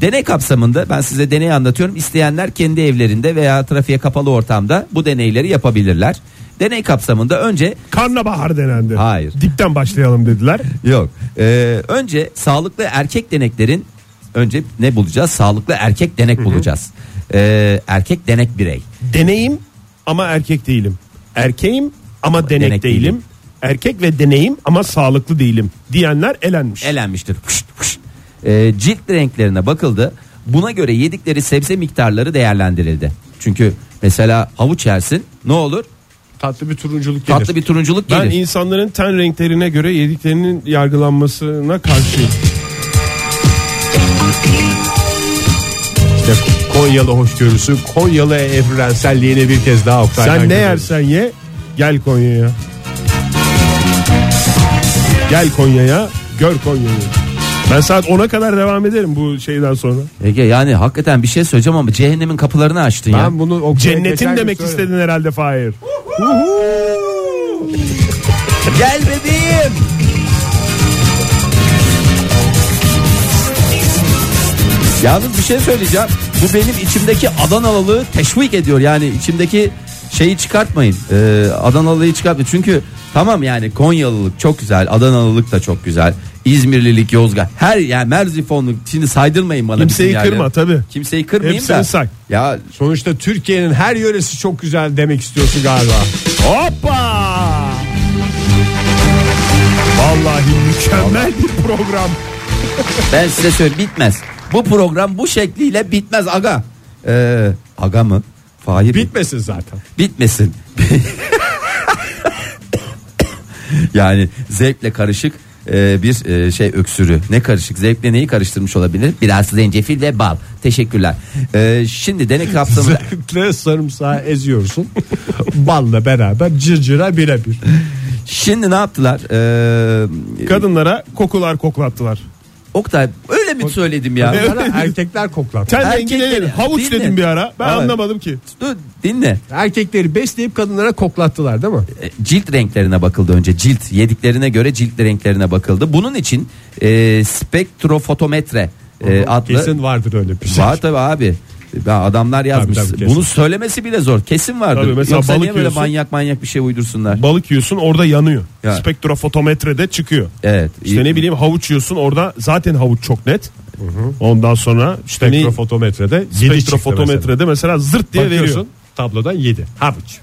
Speaker 4: Deney kapsamında ben size deneyi anlatıyorum. İsteyenler kendi evlerinde veya trafiğe kapalı ortamda bu deneyleri yapabilirler. Deney kapsamında önce
Speaker 5: Karnabahar denendi.
Speaker 4: Hayır.
Speaker 5: Dipten başlayalım dediler.
Speaker 4: Yok. Ee, önce sağlıklı erkek deneklerin önce ne bulacağız? Sağlıklı erkek denek bulacağız. Ee, erkek denek birey.
Speaker 5: Deneyim ama erkek değilim. Erkeğim ama, denek,
Speaker 4: denek
Speaker 5: değilim.
Speaker 4: değilim.
Speaker 5: Erkek ve deneyim ama sağlıklı değilim diyenler elenmiş.
Speaker 4: Elenmiştir. Huşt, huşt. Ee, cilt renklerine bakıldı. Buna göre yedikleri sebze miktarları değerlendirildi. Çünkü mesela havuç yersin ne olur?
Speaker 3: Tatlı bir turunculuk gelir.
Speaker 4: Tatlı bir turunculuk
Speaker 5: ben
Speaker 4: gelir.
Speaker 5: insanların ten renklerine göre yediklerinin yargılanmasına karşıyım.
Speaker 3: İşte Konyalı hoşgörüsü, Konyalı evrenselliğini bir kez daha Oktay'dan
Speaker 5: Sen ne
Speaker 3: görüyorum.
Speaker 5: yersen ye gel Konya'ya. Gel Konya'ya gör Konya'yı. Ben saat 10'a kadar devam ederim bu şeyden sonra.
Speaker 4: Ege yani hakikaten bir şey söyleyeceğim ama cehennemin kapılarını açtın ya.
Speaker 3: Ben bunu Oktay'a geçen
Speaker 5: Cennetin
Speaker 3: gün
Speaker 5: demek
Speaker 3: söyledim.
Speaker 5: istedin herhalde Fahir.
Speaker 4: Gel bebeğim. Yalnız bir şey söyleyeceğim. Bu benim içimdeki Adanalığı teşvik ediyor. Yani içimdeki şeyi çıkartmayın. Ee, Adanalılığı çıkartmayın. Çünkü tamam yani Konyalılık çok güzel. Adanalılık da çok güzel. İzmirlilik, Yozgat. Her yani Merzifonluk. Şimdi saydırmayın bana.
Speaker 5: Kimseyi
Speaker 4: bizim yerleri.
Speaker 5: kırma tabii.
Speaker 4: Kimseyi kırmayayım
Speaker 5: Hepsini
Speaker 4: da.
Speaker 5: say.
Speaker 4: Ya
Speaker 3: Sonuçta Türkiye'nin her yöresi çok güzel demek istiyorsun galiba.
Speaker 5: Hoppa! Vallahi mükemmel bir program.
Speaker 4: Ben size söyleyeyim bitmez. Bu program bu şekliyle bitmez aga. Ee, aga mı? Fahir mi?
Speaker 3: Bitmesin zaten.
Speaker 4: *laughs* bitmesin. yani zevkle karışık e, bir e, şey öksürü. Ne karışık zevkle neyi karıştırmış olabilir? Biraz zencefil ve bal. Teşekkürler. E, şimdi denek kapsamında
Speaker 5: *laughs*
Speaker 3: Kütle sarımsağı eziyorsun. *laughs* Balla beraber cırcıra birebir.
Speaker 4: şimdi ne yaptılar? E,
Speaker 5: Kadınlara kokular koklattılar.
Speaker 4: Oktay öyle mi söyledim ya?
Speaker 3: Bana erkekler koklat.
Speaker 5: Ten
Speaker 4: Erkekleri,
Speaker 5: rengileri havuç
Speaker 4: değil mi?
Speaker 5: dedim bir ara. Ben
Speaker 4: Evet.
Speaker 5: anlamadım ki.
Speaker 4: Dur, dinle.
Speaker 3: Erkekleri besleyip kadınlara koklattılar değil mi?
Speaker 4: E, cilt renklerine bakıldı önce cilt yediklerine göre cilt renklerine bakıldı bunun için e, spektrofotometre e, adlı
Speaker 3: Kesin vardır öyle bir şey.
Speaker 4: var tabi abi Ya adamlar yazmış
Speaker 3: Tabii, tabii, kesin.
Speaker 4: bunu söylemesi bile zor kesin vardır
Speaker 5: Tabii, mesela
Speaker 4: yoksa
Speaker 5: balık
Speaker 4: niye böyle
Speaker 5: yiyorsun.
Speaker 4: manyak manyak bir şey uydursunlar
Speaker 5: Balık yiyorsun orada yanıyor.
Speaker 4: Ya.
Speaker 5: Spektrofotometrede çıkıyor.
Speaker 4: evet
Speaker 5: İşte ne bileyim havuç yiyorsun orada zaten havuç çok net. Ondan sonra işte ne-
Speaker 3: Spektrofotometrede yedi çıktı
Speaker 5: spektrofotometrede mesela zırt diye
Speaker 3: mesela.
Speaker 5: veriyorsun.
Speaker 3: Bakıyorsun tablodan 7. Havuç.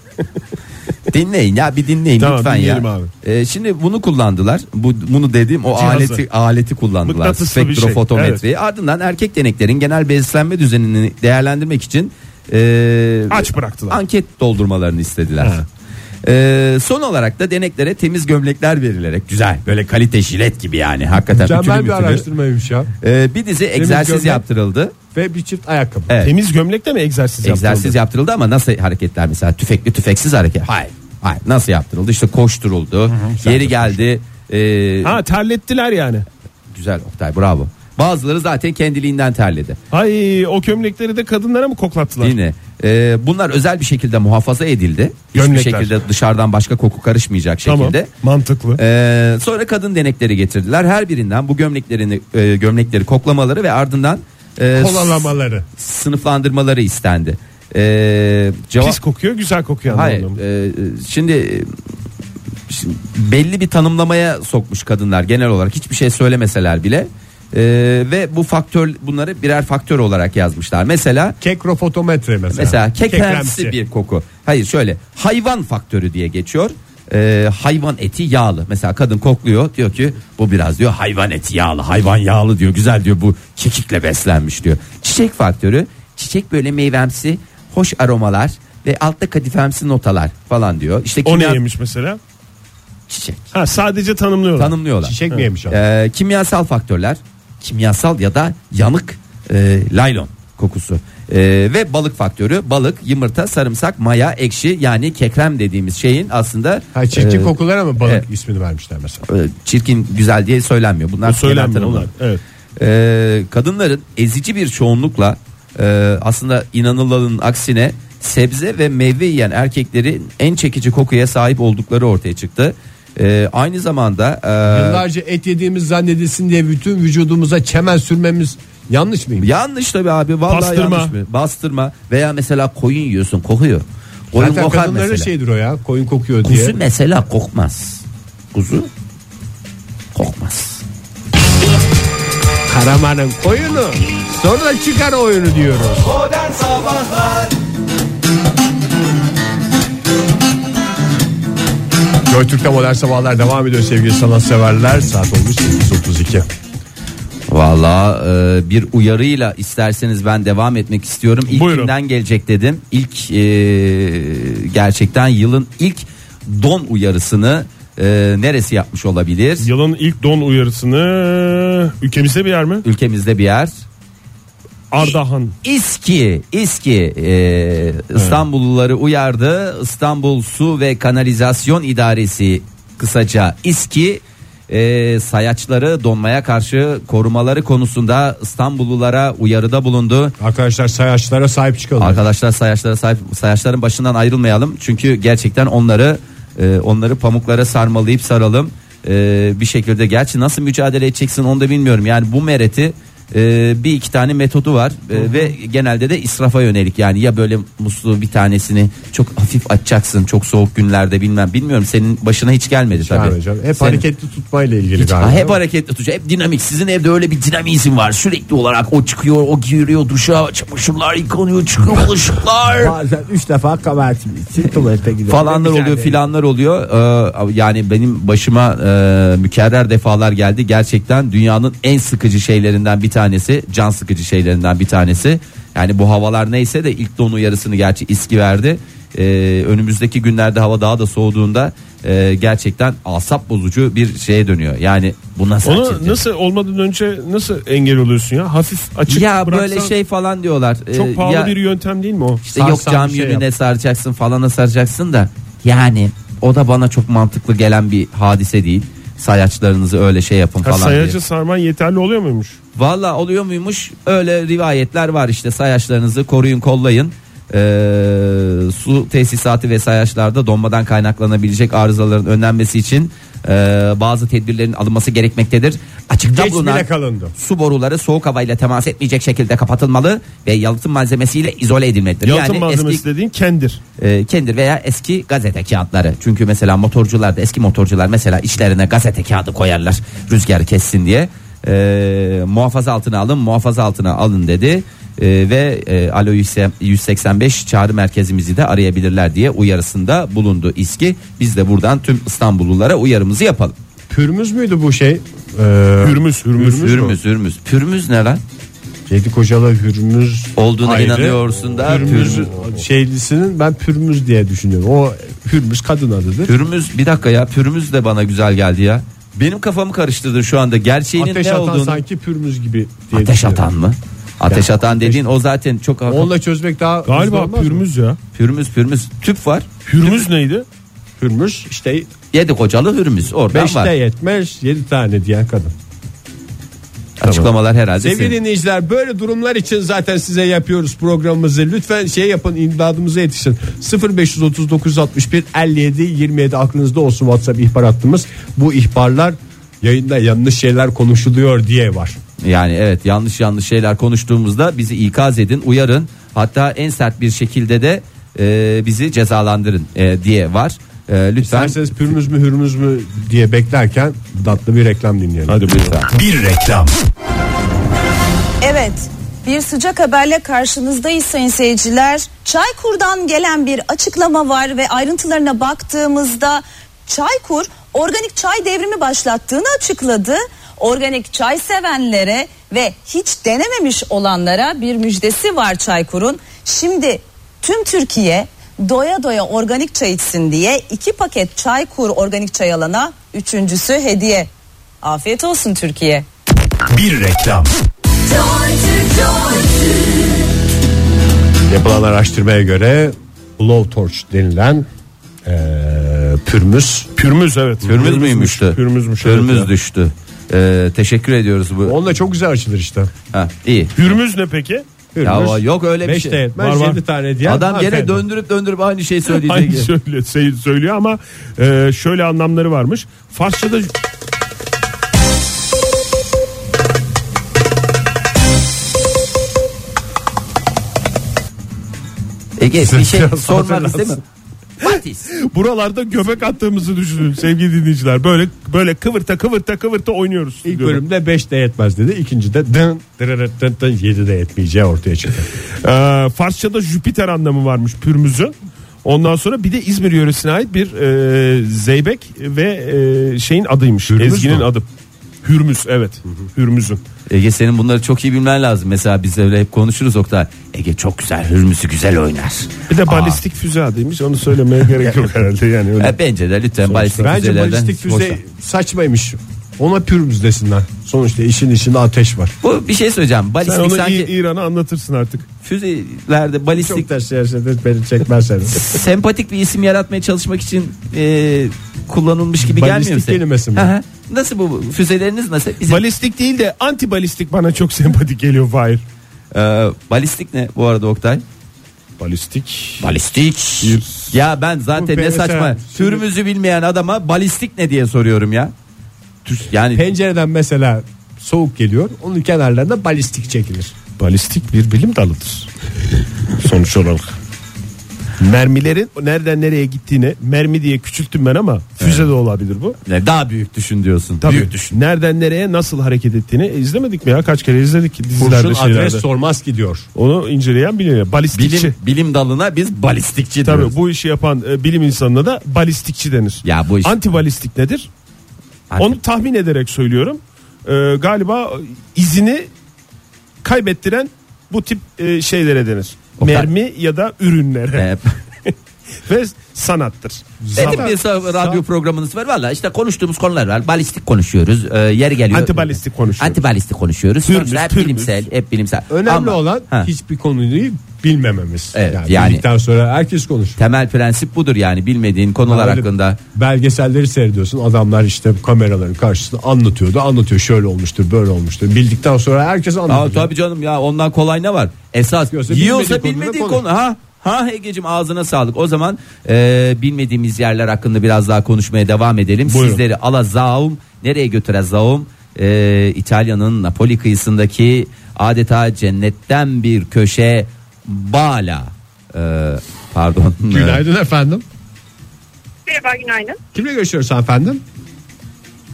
Speaker 4: dinleyin ya bir dinleyin
Speaker 5: Tamam,
Speaker 4: lütfen
Speaker 5: dinleyelim
Speaker 4: ya
Speaker 5: abi.
Speaker 4: E, şimdi bunu kullandılar bu bunu dediğim o
Speaker 5: Cihazı.
Speaker 4: aleti aleti kullandılar
Speaker 5: Mıknatıslı bir şey.
Speaker 4: spektrofotometreyi ardından erkek deneklerin genel beslenme düzenini değerlendirmek için e,
Speaker 5: Aç bıraktılar.
Speaker 4: anket doldurmalarını istediler. Ee, son olarak da deneklere temiz gömlekler verilerek güzel böyle kalite jilet gibi yani hakikaten
Speaker 3: Mükemmel
Speaker 4: ütülü
Speaker 3: bir
Speaker 4: mütülü.
Speaker 3: araştırmaymış ya.
Speaker 4: Ee, bir dizi egzersiz
Speaker 3: gömlek.
Speaker 4: yaptırıldı.
Speaker 3: Ve bir çift ayakkabı.
Speaker 4: Evet.
Speaker 5: Temiz gömlekle mi egzersiz yaptın?
Speaker 4: Egzersiz yaptırıldı ama nasıl hareketler mesela tüfekli tüfeksiz hareket. Hayır. Hayır nasıl yaptırıldı? İşte koşturuldu. yeri geldi. Ee,
Speaker 5: Ha terlettiler yani.
Speaker 4: güzel Oktay bravo. Bazıları zaten kendiliğinden terledi.
Speaker 5: Hay o gömlekleri de kadınlara mı koklattılar?
Speaker 4: Yine e, bunlar özel bir şekilde muhafaza edildi. Hiçbir
Speaker 5: Gömlekler.
Speaker 4: şekilde dışarıdan başka koku karışmayacak
Speaker 5: Tamam.
Speaker 4: şekilde.
Speaker 5: Mantıklı.
Speaker 4: Ee, sonra kadın denekleri getirdiler. Her birinden bu gömleklerini e, gömlekleri koklamaları ve ardından e,
Speaker 3: Kolalamaları.
Speaker 4: s- sınıflandırmaları istendi. Ee, cevap
Speaker 5: Pis kokuyor, güzel kokuyor
Speaker 4: Hayır.
Speaker 5: anlamında.
Speaker 4: e, şimdi, e, şimdi belli bir tanımlamaya sokmuş kadınlar genel olarak hiçbir şey söylemeseler bile. Ee, ve bu faktör bunları birer faktör olarak yazmışlar. Mesela
Speaker 3: Kekrofotometre mesela.
Speaker 4: Ee, Mesela kekremsi
Speaker 3: Kekremsi.
Speaker 4: bir koku. Hayır şöyle hayvan faktörü diye geçiyor. Ee, hayvan eti yağlı. Mesela kadın kokluyor diyor ki bu biraz diyor hayvan eti yağlı. Hayvan yağlı diyor. Güzel diyor bu kekikle beslenmiş diyor. Çiçek faktörü. Çiçek böyle meyvemsi, hoş aromalar ve altta kadifemsi notalar falan diyor. İşte
Speaker 5: O
Speaker 4: kimya-
Speaker 5: neymiş mesela?
Speaker 4: çiçek
Speaker 5: Ha sadece tanımlıyorlar.
Speaker 4: tanımlıyorlar.
Speaker 3: Çiçek mi yemiş adam?
Speaker 4: Ee, kimyasal faktörler kimyasal ya da yanık e, laylon kokusu Ee, ve balık faktörü balık yumurta sarımsak maya ekşi yani kekrem dediğimiz şeyin aslında
Speaker 3: Ha, çirkin
Speaker 4: e,
Speaker 3: kokulara mı balık
Speaker 4: evet.
Speaker 3: ismini vermişler mesela?
Speaker 4: e, çirkin güzel diye söylenmiyor bunlar
Speaker 5: O
Speaker 4: genel
Speaker 5: söylenmiyor
Speaker 4: tanımlar.
Speaker 5: onlar. Evet.
Speaker 4: Ee, kadınların ezici bir çoğunlukla e, aslında inanılanın aksine sebze ve meyve yiyen erkeklerin en çekici kokuya sahip oldukları ortaya çıktı. Ee, aynı zamanda e,
Speaker 3: Yıllarca et yediğimiz zannedilsin diye bütün vücudumuza çemen sürmemiz yanlış mıyım?
Speaker 4: Yanlış tabii abi vallahi
Speaker 5: Bastırma.
Speaker 4: yanlış mı? Bastırma veya mesela koyun yiyorsun kokuyor. Koyun
Speaker 3: Zaten
Speaker 4: kokar
Speaker 3: kadınların
Speaker 4: mesela.
Speaker 3: şeydir o ya koyun kokuyor diye.
Speaker 4: Kuzu mesela kokmaz. Kuzu kokmaz.
Speaker 3: Karamanın koyunu sonra çıkar oyunu diyoruz.
Speaker 7: Modern Sabahlar
Speaker 3: Joy Türk'te modern sabahlar devam ediyor sevgili sanatseverler. Saat olmuş 8.32.
Speaker 4: Valla e, bir uyarıyla isterseniz ben devam etmek istiyorum.
Speaker 5: Buyurun.
Speaker 4: İlkinden gelecek dedim. İlk e, gerçekten yılın ilk don uyarısını e, neresi yapmış olabilir?
Speaker 5: Yılın ilk don uyarısını ülkemizde bir yer mi?
Speaker 4: Ülkemizde bir yer.
Speaker 5: Ardahan.
Speaker 4: İSKİ, İSKİ e, İstanbulluları uyardı. İstanbul Su ve Kanalizasyon İdaresi kısaca İSKİ e, sayaçları donmaya karşı korumaları konusunda İstanbullulara uyarıda bulundu.
Speaker 3: Arkadaşlar sayaçlara sahip çıkalım.
Speaker 4: Arkadaşlar sayaçlara sahip, sayaçların başından ayrılmayalım. Çünkü gerçekten onları e, onları pamuklara sarmalayıp saralım. E, bir şekilde gerçi nasıl mücadele edeceksin onu da bilmiyorum. Yani bu mereti e, bir iki tane metodu var E, ve genelde de israfa yönelik. Yani ya böyle musluğu bir tanesini çok hafif açacaksın çok soğuk günlerde bilmem bilmiyorum senin başına hiç gelmedi tabii.
Speaker 3: Yani hocam, hep
Speaker 4: Senin-
Speaker 3: hareketli tutmayla ilgili
Speaker 4: Ha,
Speaker 3: galiba.
Speaker 4: hep hareketli tutucu hep dinamik sizin evde öyle bir dinamizm var sürekli olarak o çıkıyor o giriyor duşa çamaşırlar yıkanıyor çıkıyor *laughs* bulaşıklar
Speaker 3: Bazen 3 defa kabahatim için tuvalete gidiyorum.
Speaker 4: falanlar oluyor filanlar oluyor. Ee, yani benim başıma e, mükerrer defalar geldi. Gerçekten dünyanın en sıkıcı şeylerinden bir tanesi, can sıkıcı şeylerinden bir tanesi. Yani bu havalar neyse de ilk don uyarısını gerçi İSKİ verdi. Ee, önümüzdeki günlerde hava daha da soğuduğunda e, gerçekten asap bozucu bir şeye dönüyor. Yani bu nasıl
Speaker 5: Onu
Speaker 4: açılacak?
Speaker 5: nasıl olmadan önce nasıl engel oluyorsun ya? Hafif açık
Speaker 4: ya
Speaker 5: bıraksan
Speaker 4: böyle şey falan diyorlar. E,
Speaker 5: çok pahalı
Speaker 4: ya-
Speaker 5: bir yöntem değil mi o?
Speaker 4: İşte yok
Speaker 8: Sarsan
Speaker 4: cam
Speaker 8: bir şey
Speaker 4: yönüne saracaksın falana saracaksın da yani o da bana çok mantıklı gelen bir hadise değil. Sayaçlarınızı öyle şey yapın
Speaker 5: Ha,
Speaker 4: falan
Speaker 5: sayacı
Speaker 4: diye.
Speaker 5: sarman yeterli oluyor muymuş?
Speaker 4: Valla oluyor muymuş öyle rivayetler var işte sayaçlarınızı koruyun kollayın. Ee, su tesisatı ve sayaçlarda donmadan kaynaklanabilecek arızaların önlenmesi için e, bazı tedbirlerin alınması gerekmektedir. Açıkta
Speaker 3: Geç
Speaker 4: bulunan
Speaker 3: bile kalındı.
Speaker 4: su boruları soğuk havayla temas etmeyecek şekilde kapatılmalı ve yalıtım malzemesiyle izole edilmelidir.
Speaker 5: Yalıtım
Speaker 4: yani
Speaker 5: malzemesi
Speaker 4: eski
Speaker 5: dediğin kendir.
Speaker 4: e, kendir veya eski gazete kağıtları. Çünkü mesela motorcular da eski motorcular mesela içlerine gazete kağıdı koyarlar rüzgar kessin diye. E, muhafaza altına alın muhafaza altına alın dedi. E, ve e, Alo 185 çağrı merkezimizi de arayabilirler diye uyarısında bulundu İSKİ. Biz de buradan tüm İstanbullulara uyarımızı yapalım.
Speaker 3: Pürmüz müydü bu şey? Ee,
Speaker 5: Hürmüz, hürmüz, hürmüz.
Speaker 4: Hürmüz hürmüz. Pürmüz ne lan?
Speaker 3: Yedi kocalı hürmüz
Speaker 4: Olduğuna
Speaker 3: ayrı,
Speaker 4: inanıyorsun da
Speaker 3: Hürmüz
Speaker 4: pürmüz.
Speaker 3: şeylisinin ben pürmüz diye düşünüyorum. O hürmüz kadın adıdır.
Speaker 4: Pürmüz bir dakika ya pürmüz de bana güzel geldi ya. Benim kafamı karıştırdı şu anda gerçeğinin
Speaker 3: Ateş
Speaker 4: ne
Speaker 3: atan
Speaker 4: olduğunu.
Speaker 3: sanki pürmüz gibi diye
Speaker 4: Ateş
Speaker 3: düşünüyorum.
Speaker 4: atan mı? Ateş
Speaker 3: Ya,
Speaker 4: atan dediğin o zaten çok
Speaker 3: Onunla çözmek daha hızlı
Speaker 5: Galiba
Speaker 3: olmaz mı?
Speaker 5: pürmüz ya.
Speaker 4: pürmüz pürmüz tüp var.
Speaker 5: Hürmüz neydi?
Speaker 3: Hürmüz işte
Speaker 4: Yedi kocalı hürmüz oradan var.
Speaker 3: beşte yetmez yedi tane diyen kadın.
Speaker 4: Açıklamalar herhalde.
Speaker 3: Sevgili
Speaker 4: senin.
Speaker 3: dinleyiciler böyle durumlar için zaten size yapıyoruz programımızı. Lütfen şey yapın imdadımıza yetişin. 0539 61 57 27 aklınızda olsun WhatsApp ihbar hattımız. Bu ihbarlar yayında yanlış şeyler konuşuluyor diye var.
Speaker 4: Yani evet yanlış yanlış şeyler konuştuğumuzda bizi ikaz edin uyarın. Hatta en sert bir şekilde de e, bizi cezalandırın e, diye var. E, lütfen.
Speaker 3: İsterseniz pürmüz mü hürmüz mü diye beklerken tatlı bir reklam dinleyelim.
Speaker 5: Hadi buyurun.
Speaker 9: Bir reklam.
Speaker 10: Evet. Bir sıcak haberle karşınızdayız sayın seyirciler. Çaykur'dan gelen bir açıklama var ve ayrıntılarına baktığımızda Çaykur organik çay devrimi başlattığını açıkladı. Organik çay sevenlere ve hiç denememiş olanlara bir müjdesi var Çaykur'un. Şimdi tüm Türkiye doya doya organik çay içsin diye iki paket Çaykur organik çay alana üçüncüsü hediye. Afiyet olsun Türkiye.
Speaker 9: Bir reklam.
Speaker 3: Yapılan araştmaya göre blowtorch denilen eee, pürmüz
Speaker 5: Pürmüz evet.
Speaker 4: Pürmüz müymüştü?
Speaker 5: Pürmüzmüş. evet.
Speaker 4: Pürmüz düştü. E, teşekkür ediyoruz bu.
Speaker 3: onunla çok güzel açılır işte.
Speaker 4: Ha, iyi.
Speaker 5: Hürmüz ne peki?
Speaker 4: Ya yok öyle bir
Speaker 3: Beşte
Speaker 4: şey.
Speaker 3: yetmez
Speaker 5: Var, var.
Speaker 3: yedi tane diyen
Speaker 4: Adam gene
Speaker 3: hanımefendi.
Speaker 4: döndürüp döndürüp aynı şeyi
Speaker 5: Aynı
Speaker 4: söyleyecek.
Speaker 5: söylüyor, şey- söylüyor ama e, şöyle anlamları varmış. Farsça'da *laughs*
Speaker 4: Ege bir şey
Speaker 5: Biraz
Speaker 4: sormak
Speaker 5: hatırlarsın.
Speaker 4: değil mi? What is?
Speaker 5: buralarda göbek attığımızı düşünün sevgili dinleyiciler. Böyle böyle kıvırta kıvırta kıvırta oynuyoruz.
Speaker 3: İlk
Speaker 5: stüdyoda.
Speaker 3: bölümde 5 de yetmez dedi. İkinci de dın, dırırır, dın, dın, 7 de yetmeyeceği ortaya çıktı.
Speaker 5: Ee, Farsça'da Jüpiter anlamı varmış pürmüzün. Ondan sonra bir de İzmir yöresine ait bir e, zeybek ve e, şeyin adıymış. Ezgi'nin
Speaker 3: mü?
Speaker 5: adı. Hürmüz evet. Hürmüz'ün.
Speaker 4: Ege senin bunları çok iyi bilmen lazım. Mesela biz öyle hep konuşuruz Oktay. Ege çok güzel, hürmüsü güzel oynar.
Speaker 5: Bir de balistik füze adıymış. Onu söylemeye gerek yok herhalde yani. Öyle.
Speaker 4: E, bence de lütfen balistik
Speaker 3: Bence
Speaker 4: füzelerden
Speaker 3: balistik
Speaker 4: hiç boşa.
Speaker 3: füze saçmaymış. Ona pürmüz desinler. Sonuçta işin içinde ateş var.
Speaker 4: Bu bir şey söyleyeceğim.
Speaker 5: Sen
Speaker 4: Balistik
Speaker 5: onu
Speaker 4: sanki
Speaker 5: İ- İran'a anlatırsın artık.
Speaker 4: füzelerde balistik
Speaker 3: Çok ters yerseniz beni çekmezseniz.
Speaker 4: sempatik bir isim yaratmaya çalışmak için e, kullanılmış gibi gelmiyor mu
Speaker 3: Balistik
Speaker 4: size?
Speaker 3: kelimesi mi?
Speaker 4: Hı hı. Nasıl bu bu füzeleriniz nasıl? Bizim,
Speaker 5: Balistik değil de anti balistik bana çok *laughs* sempatik geliyor Fahir.
Speaker 4: E, balistik ne bu arada Oktay?
Speaker 5: Balistik.
Speaker 4: Balistik.
Speaker 5: Bir-
Speaker 4: Ya ben zaten
Speaker 3: Bu
Speaker 4: ne
Speaker 3: mesela
Speaker 4: saçma.
Speaker 3: şimdi-
Speaker 4: Türümüzü bilmeyen adama balistik ne diye soruyorum ya. Türk- Yani
Speaker 3: Pencereden mesela soğuk geliyor. Onun kenarlarına balistik çekilir.
Speaker 5: Balistik bir bilim dalıdır. Sonuç olarak. Mermilerin nereden nereye gittiğini mermi diye küçülttüm ben ama füze de olabilir bu.
Speaker 4: Ne, daha büyük düşün diyorsun.
Speaker 5: Tabii.
Speaker 4: Büyük düşün.
Speaker 5: Nereden nereye nasıl hareket ettiğini e, izlemedik mi ya? Kaç kere izledik dizilerde
Speaker 3: Kurşun
Speaker 5: şeylerde.
Speaker 3: adres sormaz ki diyor.
Speaker 5: Onu inceleyen biliyor. Balistikçi.
Speaker 4: Bilim, bilim dalına biz balistikçi
Speaker 5: Tabii
Speaker 4: diyoruz.
Speaker 5: bu işi yapan e, bilim insanına da balistikçi denir.
Speaker 4: Ya bu iş-
Speaker 5: Antibalistik nedir?
Speaker 4: Anti-
Speaker 5: Onu tahmin ederek söylüyorum. E, galiba izini kaybettiren bu tip e, şeylere denir.
Speaker 4: Oktay-
Speaker 5: Mermi ya da ürünlere.
Speaker 4: Ee,
Speaker 5: Ve sanattır.
Speaker 4: Dedim e, bir sa- radyo programınız var valla işte konuştuğumuz koner var balistik konuşuyoruz Ee, yer geliyor
Speaker 5: Antibalistik konuşuyoruz.
Speaker 4: antibalistik konuşuyoruz
Speaker 5: Türümüz,
Speaker 4: Sonuçta hep
Speaker 5: türümüz.
Speaker 4: bilimsel hep bilimsel
Speaker 3: Önemli
Speaker 4: Ama-
Speaker 3: olan
Speaker 4: Ha.
Speaker 3: hiçbir konuyu bilmememiz.
Speaker 4: Evet,
Speaker 3: yani,
Speaker 4: yani-
Speaker 3: bildikten sonra herkes konuşur.
Speaker 4: temel prensip budur yani bilmediğin konular
Speaker 3: Öyle
Speaker 4: hakkında
Speaker 3: Belgeselleri seyrediyorsun. Adamlar işte kameraların karşısında anlatıyordu. Anlatıyor şöyle olmuştur, böyle olmuştur. Bildikten sonra herkes anlatıyor.
Speaker 4: Aa, tabii canım ya ondan kolay ne var? Esas
Speaker 3: Yoksa
Speaker 4: yiyorsa
Speaker 3: bilmediği
Speaker 4: bilmediği
Speaker 3: konuda
Speaker 4: konu. Ha ha Egeciğim ağzına sağlık. O zaman e, bilmediğimiz yerler hakkında biraz daha konuşmaya devam edelim.
Speaker 3: Buyurun.
Speaker 4: Sizleri ala zaum nereye götüre zaum? E, İtalya'nın Napoli kıyısındaki adeta cennetten bir köşe Bala. E, pardon.
Speaker 3: *laughs* Günaydın efendim.
Speaker 11: Merhaba günaydın.
Speaker 3: Kimle görüşüyoruz efendim?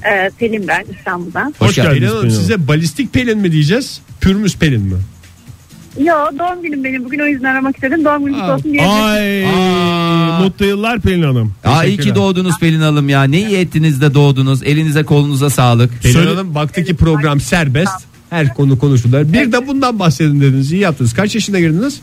Speaker 11: Ee, Pelin ben İstanbul'dan.
Speaker 3: Hoş,
Speaker 5: geldiniz
Speaker 3: geldiniz.
Speaker 5: Pelin Hanım.
Speaker 3: Size balistik pelin mi diyeceğiz? Pürmüz pelin mi?
Speaker 11: Yo doğum günüm benim. Bugün o yüzden aramak istedim. Doğum gününüz olsun diye.
Speaker 5: Ay, mutlu yıllar Pelin Hanım.
Speaker 4: Aa, iyi ki doğdunuz Pelin Hanım ya. Ne iyi ettiniz de doğdunuz. Elinize kolunuza sağlık.
Speaker 3: Pelin Hanım baktı ki program serbest. Her konu konuşulur. Bir de bundan bahsedin dediniz. İyi yaptınız. Kaç yaşında girdiniz?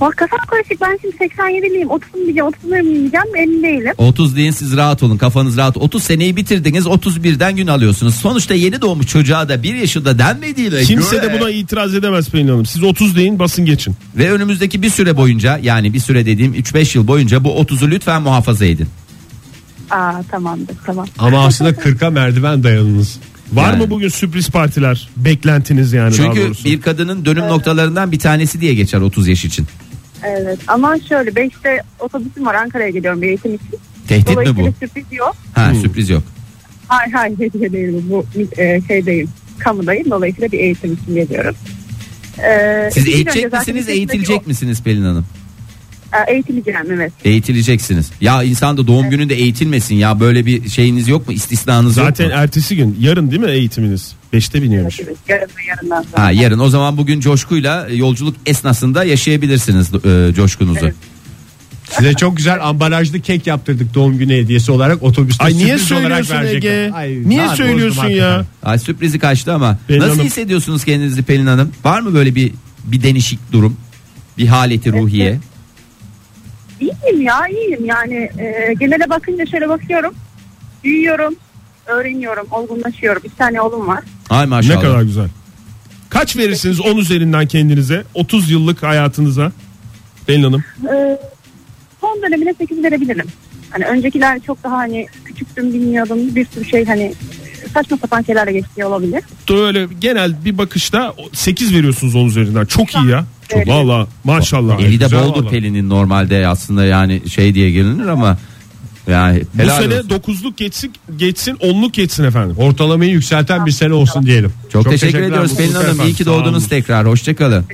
Speaker 11: Bak kafam karışık. Ben şimdi 87'liyim. 30 mu diyeceğim, 30 mu diyeceğim emin değilim.
Speaker 4: 30 deyin siz rahat olun kafanız rahat. 30 seneyi bitirdiniz 31'den gün alıyorsunuz. Sonuçta yeni doğmuş çocuğa da 1 yaşında denmediğine
Speaker 5: Kimse
Speaker 4: göre
Speaker 5: de buna itiraz edemez Pelin Hanım. Siz 30 deyin basın geçin.
Speaker 4: ve önümüzdeki bir süre boyunca yani bir süre dediğim 3-5 yıl boyunca bu 30'u lütfen muhafaza edin.
Speaker 11: Aa tamamdır tamam.
Speaker 3: Ama aslında 40'a merdiven dayanınız.
Speaker 5: Var
Speaker 4: Yani.
Speaker 5: mı bugün sürpriz partiler? Beklentiniz yani daha
Speaker 4: Çünkü
Speaker 5: doğrusu.
Speaker 4: bir kadının dönüm noktalarından bir tanesi diye geçer 30 yaş için.
Speaker 11: Evet ama şöyle 5'te otobüsüm var Ankara'ya geliyorum bir eğitim için.
Speaker 4: Tehdit mi
Speaker 11: Dolayısıyla
Speaker 4: bu?
Speaker 11: sürpriz yok.
Speaker 4: Ha sürpriz yok.
Speaker 11: Hayır hayır *laughs* hediye değil bu. Bu e, şeydeyim. Kamudayım. Dolayısıyla bir eğitim için geliyorum. Ee,
Speaker 4: Siz
Speaker 11: iki gün önce
Speaker 4: eğitecek
Speaker 11: zaten şey
Speaker 4: misiniz,
Speaker 11: lisesindeki
Speaker 4: eğitilecek misiniz Pelin Hanım?
Speaker 11: o- Ee, eğitileceğim evet.
Speaker 4: Eğitileceksiniz. Ya insan da doğum gününde eğitilmesin ya. Böyle bir şeyiniz yok mu? İstisnanız
Speaker 5: Zaten
Speaker 4: yok mu?
Speaker 5: ertesi gün yarın değil mi eğitiminiz? 5'te biniyormuş.
Speaker 11: evet. Yarın yarından sonra.
Speaker 4: Ha yarın o zaman bugün coşkuyla e, yolculuk esnasında yaşayabilirsiniz e, coşkunuzu.
Speaker 3: Size çok güzel ambalajlı kek yaptırdık doğum günü hediyesi olarak otobüste
Speaker 5: Ay niye
Speaker 3: sürpriz olarak
Speaker 5: söylüyorsun Ege?
Speaker 3: verecekler. Ay,
Speaker 5: niye
Speaker 3: daha
Speaker 5: söylüyorsun
Speaker 3: bozdum
Speaker 5: ya?
Speaker 3: hakikaten.
Speaker 4: Ay sürprizi kaçtı ama
Speaker 5: Pelin
Speaker 4: nasıl
Speaker 5: Hanım.
Speaker 4: hissediyorsunuz kendinizi Pelin Hanım? Var mı böyle bir bir denişik durum? Bir haleti ruhiye.
Speaker 11: İyiyim ya iyiyim yani e, genele bakınca şöyle bakıyorum büyüyorum öğreniyorum olgunlaşıyorum bir tane oğlum var
Speaker 4: Ay maşallah.
Speaker 5: Ne kadar güzel. Kaç verirsiniz 10 üzerinden kendinize? 30 yıllık hayatınıza. Pelin Hanım.
Speaker 11: e, son dönemine 8 verebilirim hani öncekiler çok daha hani küçüktüm bilmiyordum bir sürü şey hani saçma sapan şeylerle geçtiği olabilir
Speaker 5: Böyle genel bir bakışta 8 veriyorsunuz 10 üzerinden. Çok iyi ya. Çok
Speaker 11: Evet.
Speaker 5: valla maşallah.
Speaker 4: Eli de
Speaker 5: Güzel
Speaker 4: boldur
Speaker 5: valla.
Speaker 4: Pelin'in normalde aslında yani şey diye gelinir ama yani
Speaker 5: Bu
Speaker 4: helal
Speaker 5: sene
Speaker 4: olsun.
Speaker 5: 9'luk geçsin, geçsin 10'luk geçsin efendim.
Speaker 3: Ortalamayı yükselten bir sene olsun diyelim.
Speaker 4: çok, teşekkür ediyoruz
Speaker 3: mutluluklar
Speaker 4: Pelin Hanım.
Speaker 3: efendim.
Speaker 4: İyi ki
Speaker 3: Sağ olun.
Speaker 4: doğdunuz tekrar. Hoşçakalın.